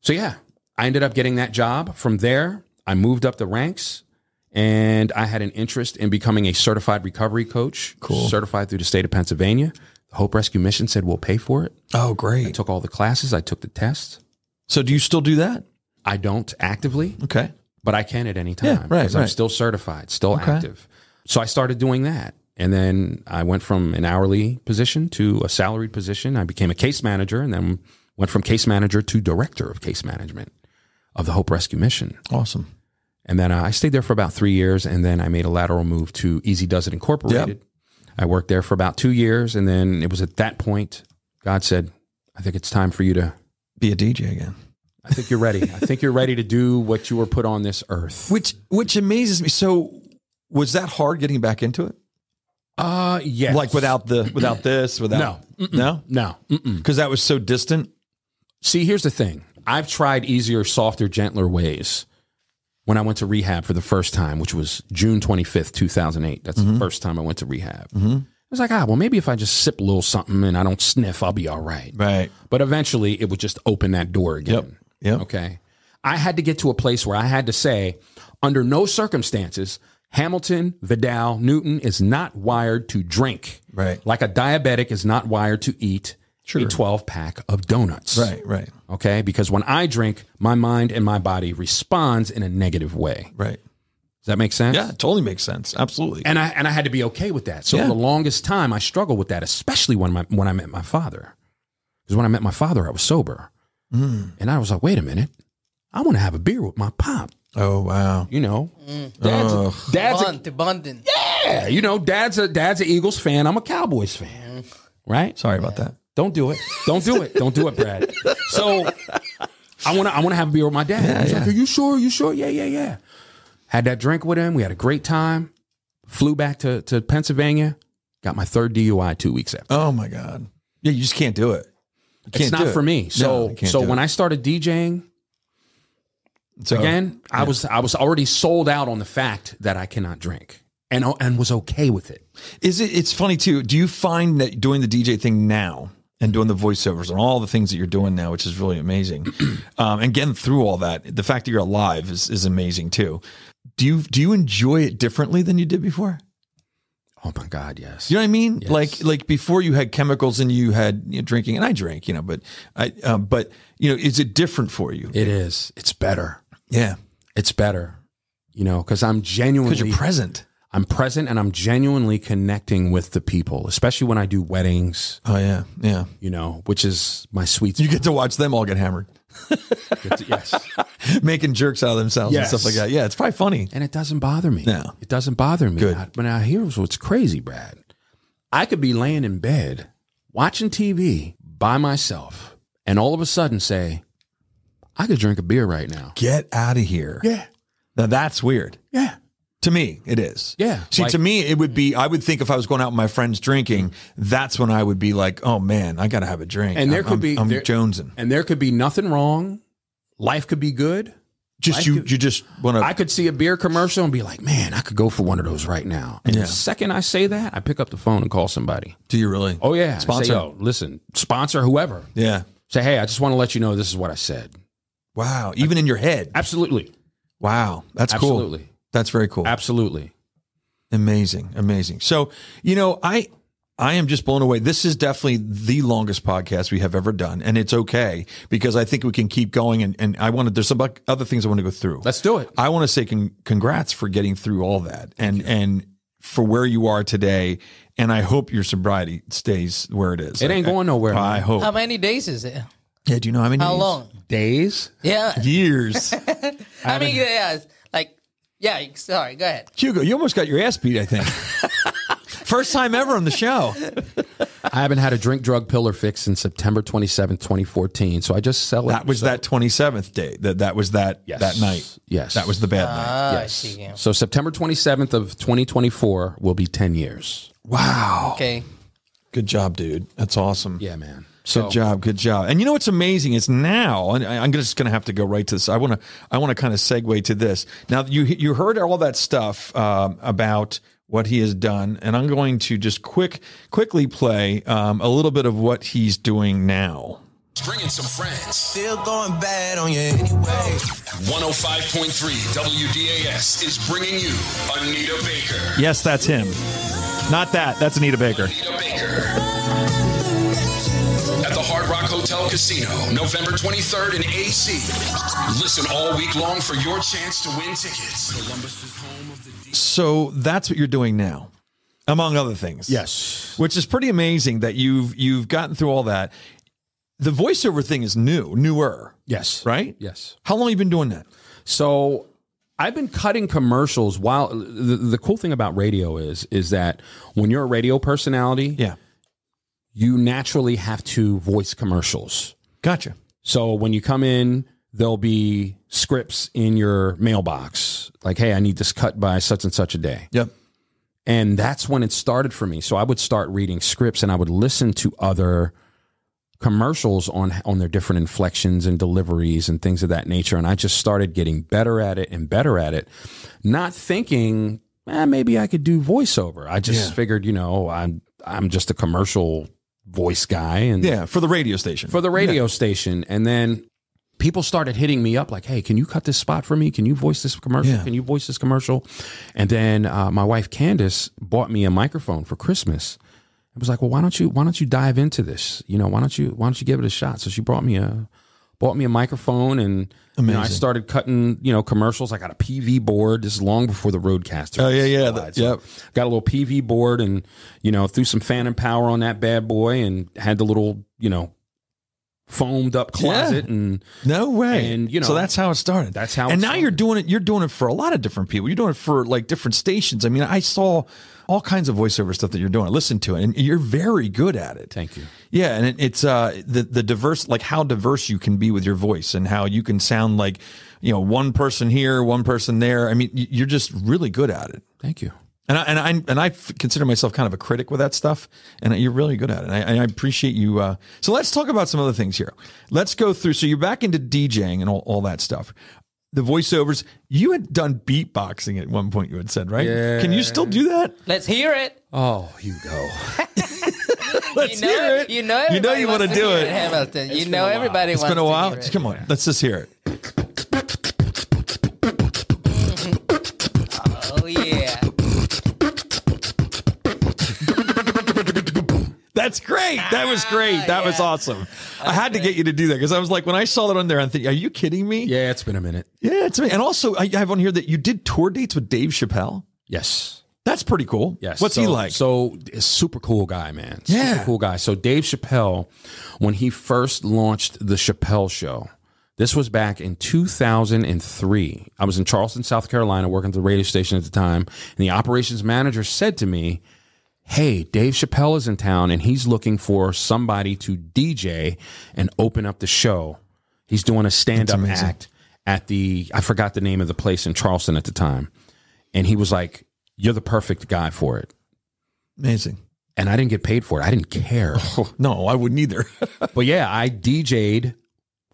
So yeah, I ended up getting that job. From there, I moved up the ranks. And I had an interest in becoming a certified recovery coach, cool. certified through the state of Pennsylvania. The Hope Rescue Mission said we'll pay for it. Oh, I great. took all the classes. I took the tests. So do you still do that? I don't actively, Okay. but I can at any time Yeah, right, I'm right. still certified, still active. So I started doing that. And then I went from an hourly position to a salaried position. I became a case manager and then went from case manager to director of case management of the Hope Rescue Mission. Awesome. And then uh, I stayed there for about three years, and then I made a lateral move to Easy Does It Incorporated. I worked there for about two years, and then it was at that point God said, "I think it's time for you to. Be a DJ again. I think you're ready. I think you're ready to do what you were put on this earth." Which which amazes me. So was that hard getting back into it? Uh yes. Like without the without this, without No? no. Mm-mm. Because that was so distant. See, here's the thing. I've tried easier, softer, gentler ways. When I went to rehab for the first time, which was June 25th, 2008, that's Mm-hmm. the first time I went to rehab. I was like, ah, well, maybe if I just sip a little something and I don't sniff, I'll be all right. Right. But eventually it would just open that door again. Yep. Okay. I had to get to a place where I had to say, under no circumstances, Hamilton, Vidal, Newton is not wired to drink. Right. Like a diabetic is not wired to eat a 12 pack of donuts. Right, right, Okay. Because when I drink, my mind and my body responds in a negative way. right. Does that make sense? Yeah, it totally makes sense. Absolutely. And I and I had to be okay with that. So Yeah. for the longest time, I struggled with that, especially when my when I met my father. Because when I met my father, I was sober, Hmm. and I was like, "Wait a minute, I want to have a beer with my pop." oh wow. You know, Mm. dad's, a, dad's a, Bond, to bonding. yeah, you know, dad's a dad's an Eagles fan. I'm a Cowboys fan, Mm. right? Sorry about that. Don't do it. Don't do it. Don't do it, Brad. So I want to I want to have a beer with my dad. He's like, "Are you sure? you sure? Yeah, yeah, yeah." Had that drink with him. We had a great time. Flew back to to Pennsylvania. Got my third DUI 2 weeks after. Oh my god. Yeah, you just can't do it. You it's can't not do it. for me. So No, you can't so do when it. I started DJing So- again, I was I was already sold out on the fact that I cannot drink and and was okay with it. Is it? It's funny too. Do you find that doing the DJ thing now and doing the voiceovers and all the things that you're doing now, which is really amazing, um, and getting through all that, the fact that you're alive is, is amazing too. Do you do you enjoy it differently than you did before? Oh my god, yes. Do you know what I mean? Like like before you had chemicals and you had you know, drinking, and I drank, you know, but I um, but you know, is it different for you? It is. It's better. Yeah, It's better. You know, cuz I'm genuinely because you're present. I'm present and I'm genuinely connecting with the people, especially when I do weddings, Oh yeah, yeah. you know, which is my sweet You get to watch them all get hammered, spot. yes. making jerks out of themselves Yes. and stuff like that. Yeah, it's probably funny. And it doesn't bother me. No. It doesn't bother me. Good. I- but now here's what's crazy, Brad. I could be laying in bed watching TV by myself and all of a sudden say, I could drink a beer right now. Get out of here. Yeah. Now that's weird. Yeah. To me, it is. Yeah. See, Like- to me, it would be, I would think if I was going out with my friends drinking, that's when I would be like, oh man, I got to have a drink. And there I'm- could I'm- be- I'm there- jonesing. And there could be nothing wrong. Life could be good. Just, you, could- you just want to, I could see a beer commercial and be like, man, I could go for one of those right now. And Yeah. the second I say that, I pick up the phone and call somebody. do you really? Oh, yeah. I say, Sponsor. "Yo, listen, sponsor whoever. Yeah. Say, hey, I just want to let you know this is what I said. Wow. Even in your head. Absolutely. Wow. That's cool. Absolutely. That's very cool. Absolutely. Amazing, amazing. So, you know, I I am just blown away. This is definitely the longest podcast we have ever done, and it's okay because I think we can keep going. And, and I wanted there's some bu- other things I want to go through. Let's do it. I want to say con- congrats for getting through all that, and and for where you are today. And I hope your sobriety stays where it is. It ain't I- going nowhere. I, I hope. How many days is it? yeah. Do you know how many? How years? long? Days? Yeah. Years. I mean, yeah, it's like, yeah, sorry, go ahead. Hugo, you almost got your ass beat. I think. First time ever on the show. I haven't had a drink, drug, pill, or fix since September 27th, 2014. So I just sell it. That was that 27th day. That that was that Yes. that night. Yes. Uh, That was the bad night. Oh, I Yes. see, yeah. So September 27th of 2024 will be 10 years. Wow. Okay. Good job, dude. That's awesome. Yeah, man. So Good job, good job. And you know what's amazing is now, and I- I'm just going to have to go right to this. I want to, I want to kind of segue to this. Now you you heard all that stuff um, about what he has done, and I'm going to just quick quickly play um, a little bit of what he's doing now. Bringing some friends. Still going bad on you anyway. 105.3 WDAS is bringing you Anita Baker. Yes, that's him. Not that. That's Anita Baker. Anita Baker. At the Hard Rock Hotel Casino, November 23rd in AC. Listen all week long for your chance to win tickets. Columbus is home of the So that's what you're doing now, among other things. yes, which is pretty amazing that you've you've gotten through all that. The voiceover thing is new, newer, yes, right? yes. How long have you been doing that? So I've been cutting commercials while the, the cool thing about radio is is that when you're a radio personality, Yeah, you naturally have to voice commercials. gotcha. So when you come in, there'll be scripts in your mailbox like, "Hey, I need this cut by such and such a day." Yep. And that's when it started for me. So I would start reading scripts and I would listen to other commercials on on their different inflections and deliveries and things of that nature and I just started getting better at it and better at it not thinking eh, maybe I could do voiceover I just Yeah. figured you know I'm I'm just a commercial voice guy and Yeah, for the radio station. for the radio station and then people started hitting me up like hey can you cut this spot for me can you voice this commercial Yeah. can you voice this commercial and then uh, my wife candace bought me a microphone for christmas it was like well why don't you why don't you dive into this you know why don't you why don't you give it a shot so she brought me a bought me a microphone and you know, i Amazing. started cutting you know commercials i got a pv board this is long before the roadcaster Oh yeah, yeah, the- so yep. Got a little PV board and, you know, threw some phantom power on that bad boy and had the little, you know, foamed up closet. Yeah. And No way. And, you know- so that's how it started. That's how it And now you're started. doing it. You're doing it for a lot of different people. You're doing it for like different stations. I mean, I saw all kinds of voiceover stuff that you're doing. I listened to it, and you're very good at it. thank you. Yeah, and it, it's uh, the the diverse, like how diverse you can be with your voice, and how you can sound like, you know, one person here, one person there. I mean, y- you're just really good at it. Thank you. And I and I and I f- consider myself kind of a critic with that stuff, and you're really good at it. And I, and I appreciate you. Uh, so let's talk about some other things here. Let's go through. So you're back into DJing and all, all that stuff. The voiceovers. You had done beatboxing at one point. You had said, right? Can you still do that? Let's hear it. Oh, Hugo. Let's you know, hear it. You know, You know everybody you want to wants do hear it. Hamilton. you know, everybody It's wants been a to while. hear it. Come on, let's just hear it. Oh yeah. That's great. That was Ah, great. That was Yeah. awesome. I had to get you to do that because I was like, when I saw that on there, I'm thinking, are you kidding me? Yeah, it's been a minute. Yeah, it's me. And also, I I have on here that you did tour dates with Dave Chappelle. Yes. That's pretty cool. Yes. What's so, he like? So, a super cool guy, man. Yeah. Super cool guy. So, Dave Chappelle, when he first launched The Chappelle Show, this was back in 2003. I was in Charleston, South Carolina, working at the radio station at the time. And the operations manager said to me, Hey, Dave Chappelle is in town and he's looking for somebody to DJ and open up the show. He's doing a stand up act at the, I forgot the name of the place in Charleston at the time. And he was like, You're the perfect guy for it. Amazing. And I didn't get paid for it. I didn't care. No, I wouldn't either. but yeah, I DJ'd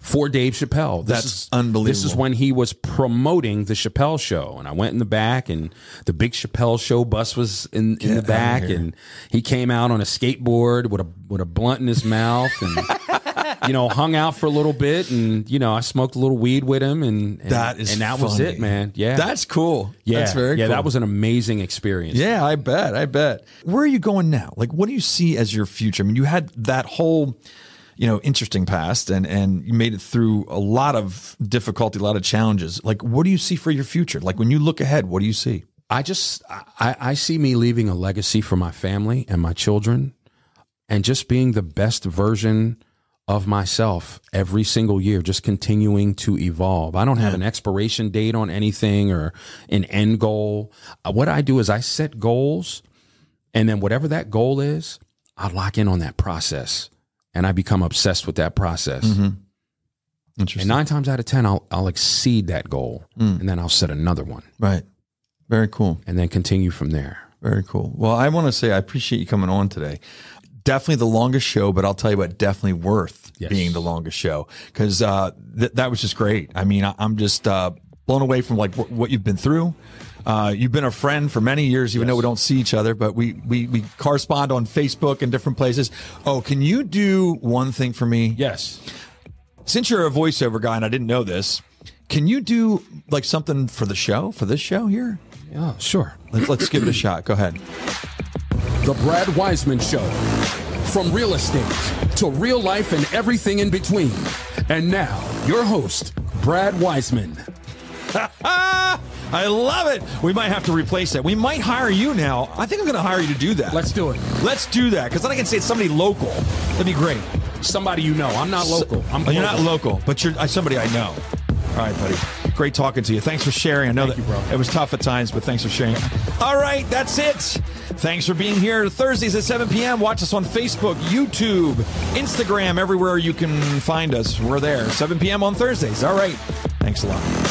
for Dave Chappelle. This That's unbelievable. This is when he was promoting the Chappelle show. And I went in the back and the big Chappelle show bus was in, in the back and he came out on a skateboard with a with a blunt in his mouth and you know, hung out for a little bit and you know, I smoked a little weed with him and, and That is and that was funny. it, man. Yeah. That's cool. yeah. That's very yeah, cool. that was an amazing experience. Yeah, I bet. I bet. Where are you going now? Like, what do you see as your future? I mean, you had that whole, you know, interesting past, and and you made it through a lot of difficulty, a lot of challenges. Like, what do you see for your future? Like, when you look ahead, what do you see? I just I, I see me leaving a legacy for my family and my children and just being the best version of myself every single year, just continuing to evolve. I don't have an expiration date on anything or an end goal. Uh, What I do is I set goals and then whatever that goal is, I lock in on that process and I become obsessed with that process. And Interesting. nine times out of 10, I'll, I'll exceed that goal and then I'll set another one right. Very cool. and then continue from there. Very cool. Well, I want to say I appreciate you coming on today. definitely the longest show, but I'll tell you what, definitely worth Yes. being the longest show because uh, th- that was just great. I mean, I- I'm just uh, blown away from like wh- what you've been through. Uh, you've been a friend for many years, even though we don't see each other, but we, we we correspond on Facebook and different places. Oh, can you do one thing for me? Yes. Since you're a voiceover guy, and I didn't know this, can you do like something for the show for this show here? Oh, sure. Let's, let's give it a shot. Go ahead. The Brad Wiseman Show. From real estate to real life and everything in between. And now, your host, Brad Wiseman. Ah, I love it. We might have to replace that. We might hire you now. I think I'm going to hire you to do that. Let's do it. Let's do that because then I can say it's somebody local. That'd be great. Somebody you know. I'm not local. I'm Oh, you're global. not local, but you're uh, somebody I know. All right, buddy. Great talking to you. Thanks for sharing. I know that it was tough at times, but thanks for sharing. All right, that's it. Thanks for being here. Thursdays at 7 p.m. Watch us on Facebook, YouTube, Instagram, everywhere you can find us. We're there. 7 p.m. on Thursdays. All right. Thanks a lot.